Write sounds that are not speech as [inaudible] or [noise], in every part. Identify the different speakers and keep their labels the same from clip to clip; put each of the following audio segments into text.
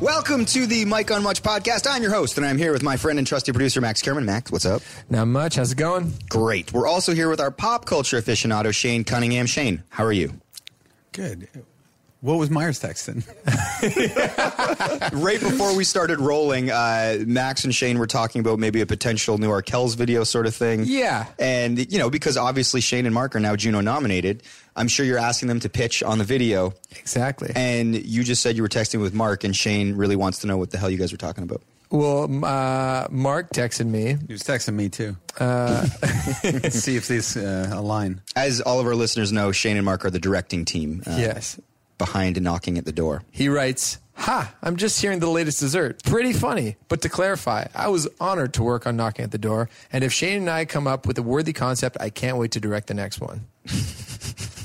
Speaker 1: Welcome to the Mike on Much podcast. I'm your host, and I'm here with my friend and trusty producer, Max Kerman. Max, what's up?
Speaker 2: Not much. How's it going?
Speaker 1: Great. We're also here with our pop culture aficionado, Shane Cunningham. Shane, how are you?
Speaker 3: Good. What was Myers texting?
Speaker 1: [laughs] right before we started rolling, uh, Max and Shane were talking about maybe a potential new Arkells video sort of thing.
Speaker 2: Yeah.
Speaker 1: And, you know, because obviously Shane and Mark are now Juno nominated, I'm sure you're asking them to pitch on the video.
Speaker 2: Exactly.
Speaker 1: And you just said you were texting with Mark, and Shane really wants to know what the hell you guys were talking about.
Speaker 2: Well, m- uh, Mark texted me.
Speaker 3: [laughs] He was texting me too. Uh, [laughs] See if these uh, align.
Speaker 1: As all of our listeners know, Shane and Mark are the directing team. uh,
Speaker 2: Yes.
Speaker 1: Behind knocking at the door.
Speaker 2: He writes, Ha, I'm just hearing the latest dessert. Pretty funny. But to clarify, I was honored to work on Knocking at the Door. And if Shane and I come up with a worthy concept, I can't wait to direct the next one.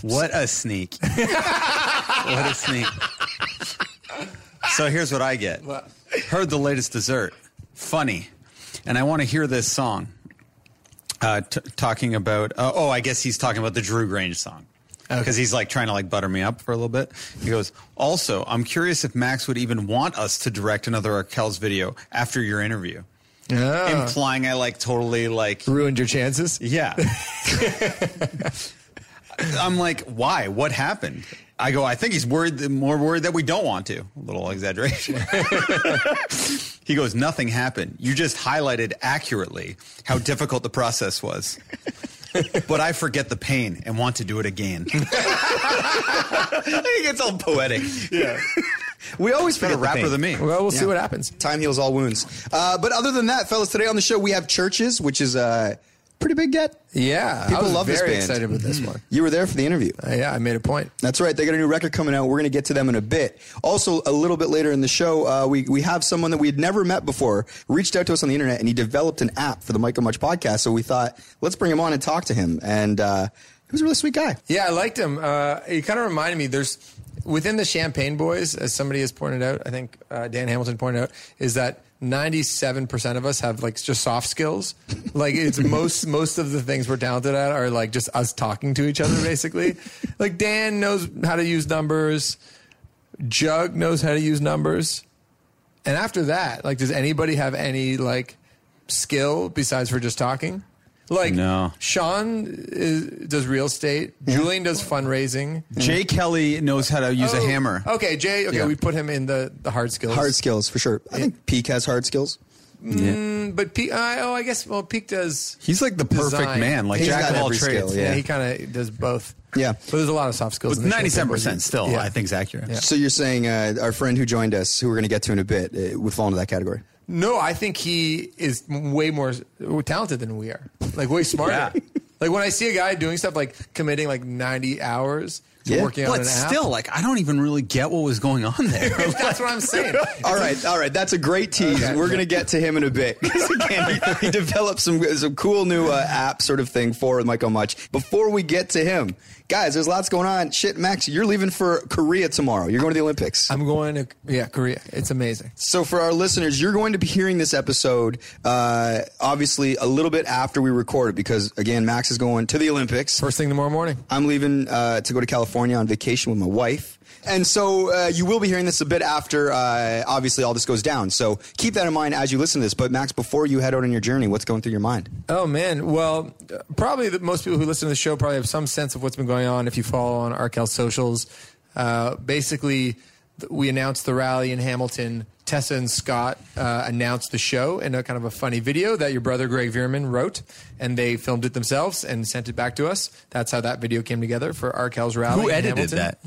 Speaker 3: What a sneak! what a sneak! So here's what I get.
Speaker 2: What?
Speaker 3: Heard the latest dessert. Funny, and I want to hear this song. Uh, t- talking about uh, oh, I guess he's talking about the Drew Grange song because he's like trying to like butter me up for a little bit. He goes. Also, I'm curious if Max would even want us to direct another Arkells video after your interview,
Speaker 1: Oh.
Speaker 2: Ah,
Speaker 3: implying I like totally like
Speaker 2: ruined your chances?
Speaker 3: Yeah. [laughs] I'm like, why? What happened? I go, I think he's worried, more worried that we don't want to. A little exaggeration. [laughs] he goes, nothing happened. You just highlighted accurately how difficult the process was. but I forget the pain and want to do it again. [laughs] it gets all poetic. Yeah. We always forget a
Speaker 1: Better the
Speaker 3: rapper
Speaker 1: pain.
Speaker 3: than me.
Speaker 2: Well, we'll see
Speaker 1: Yeah.
Speaker 2: what happens.
Speaker 1: Time heals all wounds. Uh, but other than that, fellas, today on the show we have churches, which is uh, pretty big get.
Speaker 2: Yeah.
Speaker 1: People
Speaker 2: I was
Speaker 1: love this
Speaker 2: very
Speaker 1: band. Mm-hmm.
Speaker 2: excited with this one.
Speaker 1: You were there for the interview.
Speaker 2: Uh, yeah, I made a point.
Speaker 1: That's right. They got a new record coming out. We're going to get to them in a bit. Also, a little bit later in the show, uh, we, we have someone that we had never met before reached out to us on the internet and he developed an app for the Michael Much podcast. So we thought, let's bring him on and talk to him. And uh, he was a really sweet guy.
Speaker 2: Yeah, I liked him. Uh, he kind of reminded me. There's within the Champagne Boys, as somebody has pointed out. I think uh, Dan Hamilton pointed out is that 97 percent of us have like just soft skills. Like it's most most of the things we're talented at are like just us talking to each other, basically. like Dan knows how to use numbers. Jug knows how to use numbers. And after that, like, does anybody have any like skill besides for just talking? Like,
Speaker 3: No.
Speaker 2: Sean is, does real estate. Julian does fundraising.
Speaker 3: Jay Kelly knows how to use a
Speaker 2: Oh,
Speaker 3: hammer.
Speaker 2: Okay, Jay. Okay,
Speaker 3: Yeah.
Speaker 2: we put him in the, the hard skills.
Speaker 1: Hard skills, for sure. I think Peak has hard skills.
Speaker 2: Mm, But Pete, uh, oh, I guess. Well, Peak does.
Speaker 3: He's like the perfect
Speaker 2: design.
Speaker 3: man, like
Speaker 2: He's
Speaker 3: jack
Speaker 2: got
Speaker 3: of all
Speaker 1: every
Speaker 3: trades.
Speaker 1: skill,
Speaker 2: Yeah,
Speaker 1: yeah.
Speaker 2: he kind of does both.
Speaker 1: Yeah.
Speaker 2: but there's a lot of soft skills. in the
Speaker 3: Ninety-seven
Speaker 2: Champagne
Speaker 3: percent
Speaker 2: Boys.
Speaker 3: still,
Speaker 2: Yeah.
Speaker 3: I think, is accurate.
Speaker 1: So you're saying uh, our friend who joined us, who we're going to get to in a bit, uh, would fall into that category.
Speaker 2: No, I think he is way more talented than we are. Like way smarter.
Speaker 3: Yeah.
Speaker 2: Like when I see a guy doing stuff like committing like 90 hours to
Speaker 1: Yeah.
Speaker 2: working on
Speaker 3: But
Speaker 2: an app.
Speaker 3: still, like, I don't even really get what was going on [laughs]
Speaker 2: [laughs]
Speaker 3: there.
Speaker 2: that's what I'm
Speaker 3: [laughs]
Speaker 2: saying.
Speaker 1: All right, all right. That's a great tease.
Speaker 2: Okay.
Speaker 1: We're going to get to him in a bit. [laughs] 'Cause again, he, he developed some some cool new uh, app sort of thing for Michael Much. Before we get to him, guys, there's lots going on. Shit, Max, you're leaving for Korea tomorrow. You're going to the Olympics.
Speaker 2: I'm going to yeah, Korea. It's amazing.
Speaker 1: So for our listeners, you're going to be hearing this episode uh, obviously a little bit after we record it because again, Max is going to the Olympics.
Speaker 2: First thing tomorrow morning.
Speaker 1: I'm leaving uh, to go to California on vacation with my wife. And so uh, you will be hearing this a bit after, uh, obviously, all this goes down. So keep that in mind as you listen to this. But, Max, before you head out on your journey, what's going through your mind?
Speaker 2: Oh man, well, uh, probably the, most people who listen to the show probably have some sense of what's been going on. If you follow on Arkell socials, uh, basically, th- we announced the rally in Hamilton. Tessa and Scott uh, announced the show in a kind of a funny video that your brother Greg Vierman wrote, and they filmed it themselves and sent it back to us. That's how that video came together for Arkell's rally.
Speaker 3: Who
Speaker 2: in
Speaker 3: edited
Speaker 2: Hamilton.
Speaker 3: that?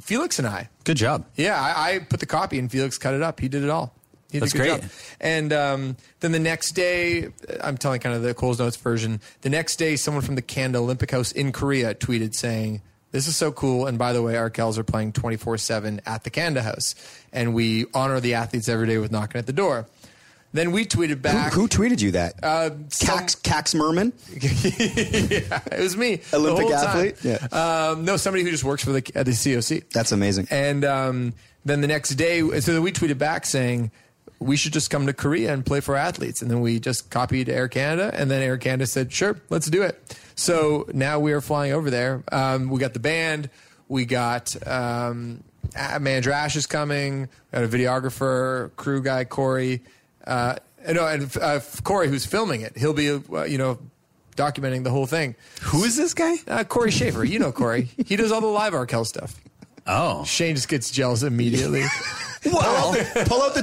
Speaker 2: Felix and I.
Speaker 3: Good job.
Speaker 2: Yeah, I, I put the copy and Felix cut it up. He did it all. He did
Speaker 3: That's
Speaker 2: a good
Speaker 3: great.
Speaker 2: Job. And um, then the next day, I'm telling kind of the Coles Notes version. The next day, someone from the Canada Olympic House in Korea tweeted saying, "This is so cool." And by the way, our Kells are playing 24 seven at the Canada House, and we honor the athletes every day with knocking at the door. Then we tweeted
Speaker 1: Who,
Speaker 2: back.
Speaker 1: who tweeted you that? Uh,
Speaker 2: some-
Speaker 1: Cax, Cax Merman?
Speaker 2: It was me, the
Speaker 1: Olympic
Speaker 2: whole time.
Speaker 1: athlete? Yeah.
Speaker 2: Um, no, somebody who just works for the at the COC.
Speaker 1: That's amazing.
Speaker 2: And um, then the next day, so then we tweeted back saying, we should just come to Korea and play for athletes. And then we just copied Air Canada. And then Air Canada said, sure, let's do it. So now we are flying over there. Um, we got the band. We got um, uh, Mandrash is coming. We had a videographer, crew guy Corey. Uh, and, no, and uh, Corey, who's filming it, he'll be uh, you know documenting the whole thing.
Speaker 3: Who is this guy?
Speaker 2: Uh, Corey Schaefer, you know Corey. He does all the live Arkell stuff.
Speaker 3: Oh,
Speaker 2: Shane just gets jealous immediately.
Speaker 1: [laughs] Pull out the- pull out the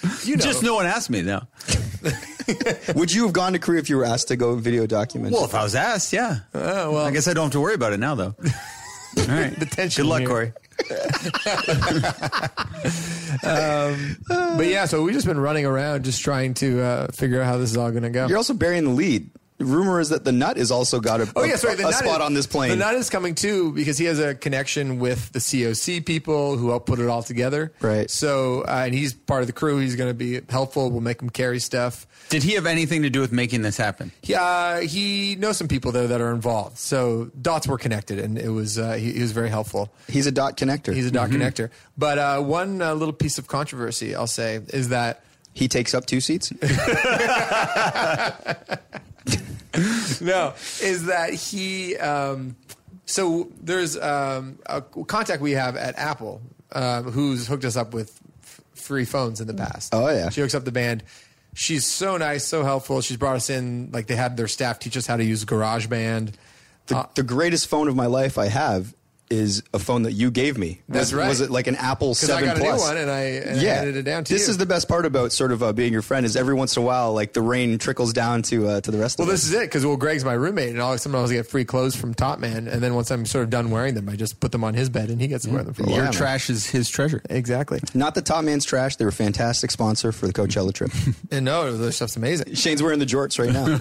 Speaker 2: [laughs]
Speaker 1: text.
Speaker 2: You know,
Speaker 3: just no one asked me now.
Speaker 1: Would you have gone to Korea if you were asked to go video document?
Speaker 3: Well, if I was asked, yeah.
Speaker 2: Oh, well.
Speaker 3: I guess I don't have to worry about it now, [laughs] though. All right.
Speaker 2: The tension
Speaker 3: Good luck,
Speaker 2: here.
Speaker 3: Corey.
Speaker 2: but yeah, so we've just been running around just trying to uh, figure out how this is all going to go.
Speaker 1: You're also burying the lead. Rumor is that the nut has also got a,
Speaker 2: Oh yeah, sorry.
Speaker 1: a-
Speaker 2: The
Speaker 1: a
Speaker 2: nut
Speaker 1: spot
Speaker 2: is-
Speaker 1: on this plane.
Speaker 2: The nut is coming too because he has a connection with the COC people who help put it all together.
Speaker 1: Right.
Speaker 2: So, uh, and he's part of the crew. He's going to be helpful. We'll make him carry stuff.
Speaker 3: Did he have anything to do with making this happen?
Speaker 2: He, uh, he knows some people though that are involved. So dots were connected, and it was uh, he, he was very helpful.
Speaker 1: He's a dot connector.
Speaker 2: He's a dot connector. But uh, one uh, little piece of controversy I'll say is that. [laughs]
Speaker 1: he takes up two seats.
Speaker 2: no, is that he? Um, so there's um, a contact we have at Apple um, who's hooked us up with f- free phones in the past.
Speaker 1: Oh, yeah.
Speaker 2: she hooks up the band. She's so nice, so helpful. She's brought us in. Like they had their staff teach us how to use GarageBand. Uh,
Speaker 1: The, the greatest phone of my life I have is a phone that you gave me.
Speaker 2: That's
Speaker 1: was,
Speaker 2: right.
Speaker 1: Was it like an Apple
Speaker 2: Because I
Speaker 1: Seven
Speaker 2: got a new
Speaker 1: Plus?
Speaker 2: one and I, and I
Speaker 1: yeah,
Speaker 2: handed it down to
Speaker 1: this
Speaker 2: you.
Speaker 1: is the best part about sort of uh, being your friend is every once in a while, like the rain trickles down to uh, to the rest
Speaker 2: well,
Speaker 1: of
Speaker 2: this
Speaker 1: us.
Speaker 2: is it because well, Greg's my roommate, and I'll sometimes get free clothes from Top Man, and then once I'm sort of done wearing them, I just put them on his bed, and he gets to wear them for a while.
Speaker 3: Your
Speaker 1: man.
Speaker 3: trash is his treasure.
Speaker 2: Exactly.
Speaker 1: Not the top man's trash. They were a fantastic sponsor for the Coachella
Speaker 2: [laughs]
Speaker 1: trip.
Speaker 2: And no, the stuff's amazing.
Speaker 1: Shane's wearing the jorts right
Speaker 2: [laughs]
Speaker 1: now.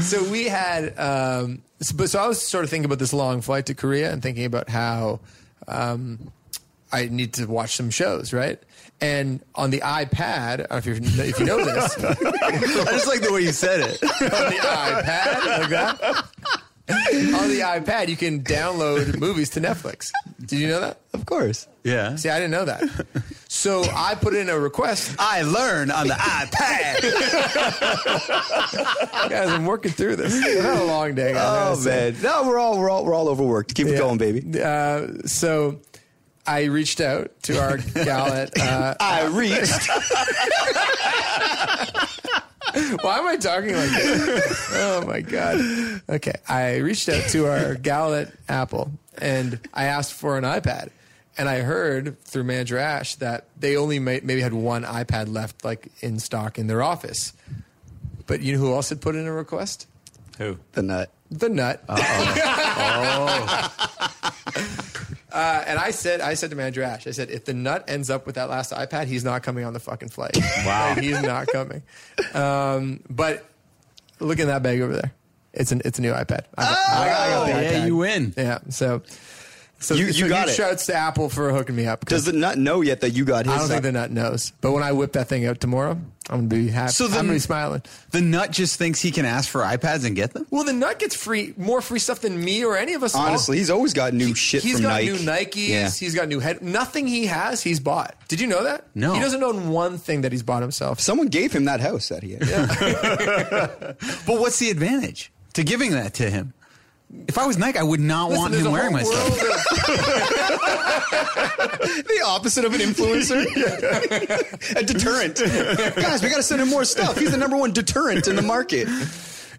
Speaker 2: so we had um so, but so i was sort of thinking about this long flight to korea and thinking about how um i need to watch some shows right and on the ipad if, you're, if you know this [laughs] on the
Speaker 3: [laughs] I just like the way you said it.
Speaker 2: ipad like that on the ipad you can download movies to netflix did you know that
Speaker 1: of course.
Speaker 3: [laughs] Yeah.
Speaker 2: see i didn't know that so i put in a request
Speaker 3: I learn [laughs] on the iPad.
Speaker 2: guys i'm working through this It's not a long day guys. I
Speaker 1: Oh
Speaker 2: gotta say.
Speaker 1: man, no, we're all we're all we're all overworked. Keep it
Speaker 2: Yeah.
Speaker 1: going,
Speaker 2: [laughs]
Speaker 1: baby.
Speaker 2: Uh, so I reached out to our gal at. Uh,
Speaker 1: I reached.
Speaker 2: why am I talking like this? Oh my god. Okay, I reached out to our gal at Apple and I asked for an iPad. And I heard through manager Ash that they only may, maybe had one iPad left, like in stock in their office. But you know who else had put in a request?
Speaker 3: Who?
Speaker 1: the nut. Oh.
Speaker 2: The nut.
Speaker 1: [laughs]
Speaker 2: Uh, and I said, I said to Manager Ash, I said, if the nut ends up with that last iPad, he's not coming on the fucking flight. Wow, he's not coming. Um, but look in that bag over there. It's an it's a new iPad. I got, I got- I got the
Speaker 3: Oh, yeah,
Speaker 2: iPad.
Speaker 3: you win.
Speaker 2: Yeah. So, so
Speaker 1: You- you
Speaker 2: so
Speaker 1: got
Speaker 2: huge
Speaker 1: it.
Speaker 2: Shouts to Apple for hooking me up.
Speaker 1: Does
Speaker 2: 'cause
Speaker 1: the nut know yet that you got his?
Speaker 2: I don't think the nut knows. But when I whip that thing out tomorrow, I'm gonna be happy.
Speaker 3: So the-
Speaker 2: I'm gonna be smiling.
Speaker 3: The nut just thinks he can ask for iPads and get them.
Speaker 2: Well, the nut gets free more free stuff than me or any of us. all-
Speaker 1: Honestly, he's always got new shit
Speaker 2: He's
Speaker 1: from
Speaker 2: got
Speaker 1: Nike.
Speaker 2: new Nikes.
Speaker 1: Yeah.
Speaker 2: He's got new head. Nothing he has, he's bought. Did you know that?
Speaker 3: No.
Speaker 2: He doesn't own one thing that he's bought himself.
Speaker 1: Someone gave him that house that he
Speaker 2: [laughs]
Speaker 1: had.
Speaker 3: But what's the advantage to giving that to him? If I was Nike, I would not want
Speaker 2: there's
Speaker 3: him
Speaker 2: a
Speaker 3: wearing my
Speaker 2: whole
Speaker 3: stuff.
Speaker 2: world of-
Speaker 1: [laughs] the opposite of an
Speaker 2: [laughs]
Speaker 1: influencer. a deterrent. Guys, we got to send him more stuff. He's the number one deterrent in the market.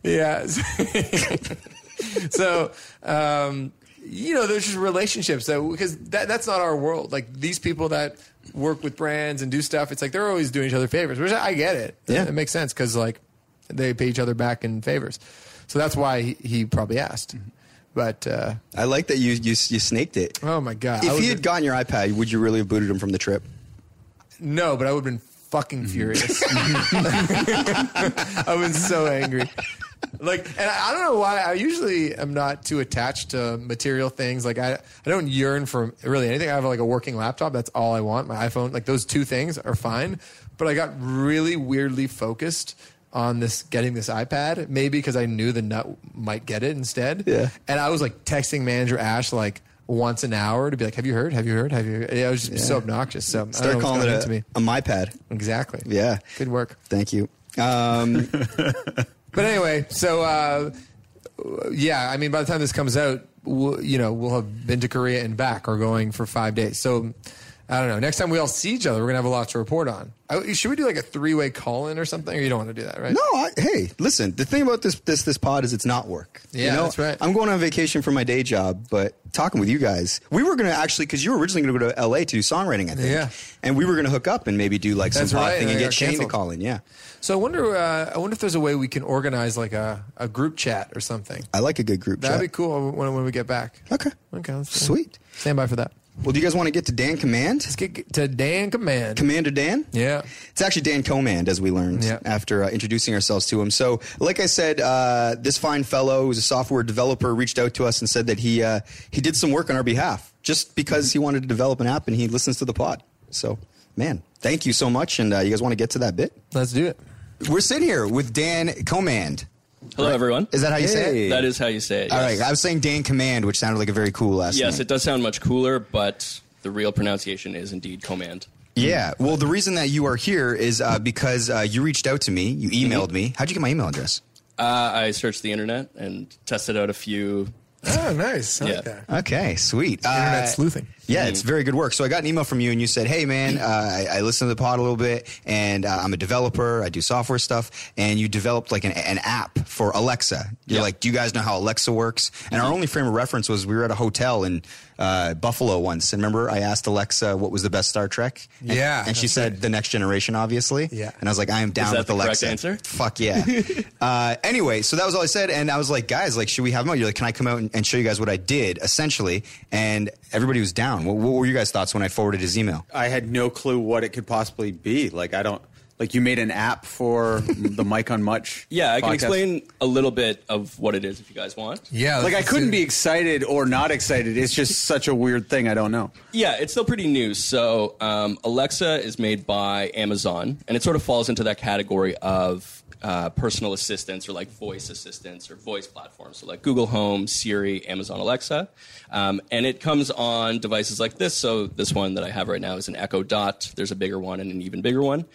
Speaker 2: Yeah. [laughs] so, um, you know, there's just relationships that because that, that's not our world. Like these people that work with brands and do stuff, it's like they're always doing each other favors. Which I I get it.
Speaker 1: Yeah.
Speaker 2: it makes sense because like they pay each other back in favors. So that's why he, he probably asked.
Speaker 1: Mm-hmm.
Speaker 2: But uh,
Speaker 1: I like that you you, you snaked it.
Speaker 2: oh my god, I
Speaker 1: If
Speaker 2: would've
Speaker 1: he had
Speaker 2: been-
Speaker 1: gotten your iPad, would you really have booted him from the trip?
Speaker 2: no, but I would have been fucking furious. [laughs] I was so angry. Like, and I, I don't know why. I usually am not too attached to material things. Like, I, I don't yearn for really anything. I have like a working laptop. That's all I want. My iPhone, like those two things are fine. But I got really weirdly focused on this getting this iPad, maybe because I knew the nut might get it instead.
Speaker 1: Yeah.
Speaker 2: And I was like texting manager Ash like once an hour to be like, "Have you heard? Have you heard? Have you?" Heard? Yeah, I was just so obnoxious. So I
Speaker 1: Start
Speaker 2: don't know what's
Speaker 1: calling it
Speaker 2: going
Speaker 1: a,
Speaker 2: into me.
Speaker 1: a MyPad.
Speaker 2: Exactly.
Speaker 1: Yeah.
Speaker 2: Good work.
Speaker 1: Thank you. Um,
Speaker 2: uh, But anyway, so uh, yeah, I mean, by the time this comes out, will you know will have been to Korea and back or going for five days. So I don't know. Next time we all see each other, we're gonna have a lot to report on. I, should we do like a three way call in or something? Or you don't want to do that, right?
Speaker 1: No, I, hey, listen. The thing about this this this pod is it's not work.
Speaker 2: Yeah, that's right.
Speaker 1: I'm going on vacation for my day job, but talking with you guys, we were gonna actually because you were originally gonna go to L.A. to do songwriting, I think.
Speaker 2: Yeah.
Speaker 1: and we were gonna hook up and maybe do like
Speaker 2: That's
Speaker 1: some pod
Speaker 2: right,
Speaker 1: thing
Speaker 2: and
Speaker 1: and
Speaker 2: I
Speaker 1: get
Speaker 2: got
Speaker 1: Shane to
Speaker 2: canceled.
Speaker 1: call in. Yeah,
Speaker 2: So I wonder. Uh, I wonder if there's a way we can organize like a, a group chat or something.
Speaker 1: I like a good group
Speaker 2: That'd be
Speaker 1: chat.
Speaker 2: cool when, when we get back.
Speaker 1: okay.
Speaker 2: Okay. let's do it.
Speaker 1: Sweet.
Speaker 2: Stand by for that.
Speaker 1: Well, do you guys want to get to Dan Command?
Speaker 2: Let's get to Dan Command.
Speaker 1: Commander Dan?
Speaker 2: yeah.
Speaker 1: It's actually Dan Comand, as we learned
Speaker 2: Yeah.
Speaker 1: after uh, introducing ourselves to him. So, like I said, uh, this fine fellow who's a software developer reached out to us and said that he uh, he did some work on our behalf just because he wanted to develop an app and he listens to the pod. So, man, thank you so much. And uh, you guys want to get to that bit?
Speaker 2: Let's do it.
Speaker 1: We're sitting here with Dan Command.
Speaker 4: Hello, everyone.
Speaker 1: Is that how you say it?
Speaker 4: That is how you say it.
Speaker 1: All
Speaker 4: yes.
Speaker 1: right, I was saying Dan Command, which sounded like a very cool last
Speaker 4: yes,
Speaker 1: name.
Speaker 4: it does sound much cooler, but the real pronunciation is indeed command.
Speaker 1: Yeah. Well, the reason that you are here is uh, because uh, you reached out to me. You
Speaker 2: Mm-hmm.
Speaker 1: emailed me. How'd you get my email address?
Speaker 4: Uh, I searched the internet and tested out a few.
Speaker 2: Oh, nice. I
Speaker 4: Yeah.
Speaker 2: like that.
Speaker 1: Okay, sweet. Uh,
Speaker 2: Internet Mm-hmm. sleuthing.
Speaker 1: Yeah, it's very good work. So I got an email from you, and you said, "Hey, man, uh, I, I listened to the pod a little bit, and uh, I'm a developer. I do software stuff, and you developed like an, an app for Alexa. You're
Speaker 4: Yeah.
Speaker 1: like, do you guys know how Alexa works? And
Speaker 2: Mm-hmm.
Speaker 1: our only frame of reference was we were at a hotel in uh, Buffalo once, and remember, I asked Alexa what was the best Star Trek. And-
Speaker 2: Yeah,
Speaker 1: and she
Speaker 2: that's
Speaker 1: said the Next Generation, obviously.
Speaker 2: Yeah.
Speaker 1: and I was like, I am down
Speaker 4: that
Speaker 1: with
Speaker 4: the correct
Speaker 1: Alexa.
Speaker 4: answer?
Speaker 1: Fuck yeah. uh, anyway, so that was all I said, and I was like, guys, like, should we have him out? You're like, can I come out and, and show you guys what I did, essentially? And everybody was down. What, what were your guys' thoughts when I forwarded his email?
Speaker 3: I had no clue what it could possibly be. Like I don't like you made an app [laughs] for the Mike on Much.
Speaker 4: Yeah, I can
Speaker 3: podcast.
Speaker 4: explain a little bit of what it is if you guys want.
Speaker 2: Yeah.
Speaker 3: Like I
Speaker 2: let's
Speaker 3: couldn't
Speaker 2: do
Speaker 3: be
Speaker 2: it.
Speaker 3: excited or not excited. It's just such a weird thing. I don't know.
Speaker 4: Yeah, it's still pretty new. So, um, Alexa is made by Amazon, and it sort of falls into that category of uh, personal assistants or like voice assistants or voice platforms. So, like Google Home, Siri, Amazon Alexa. Um, and it comes on devices like this. So, this one that I have right now is an Echo Dot. There's a bigger one and an even bigger one.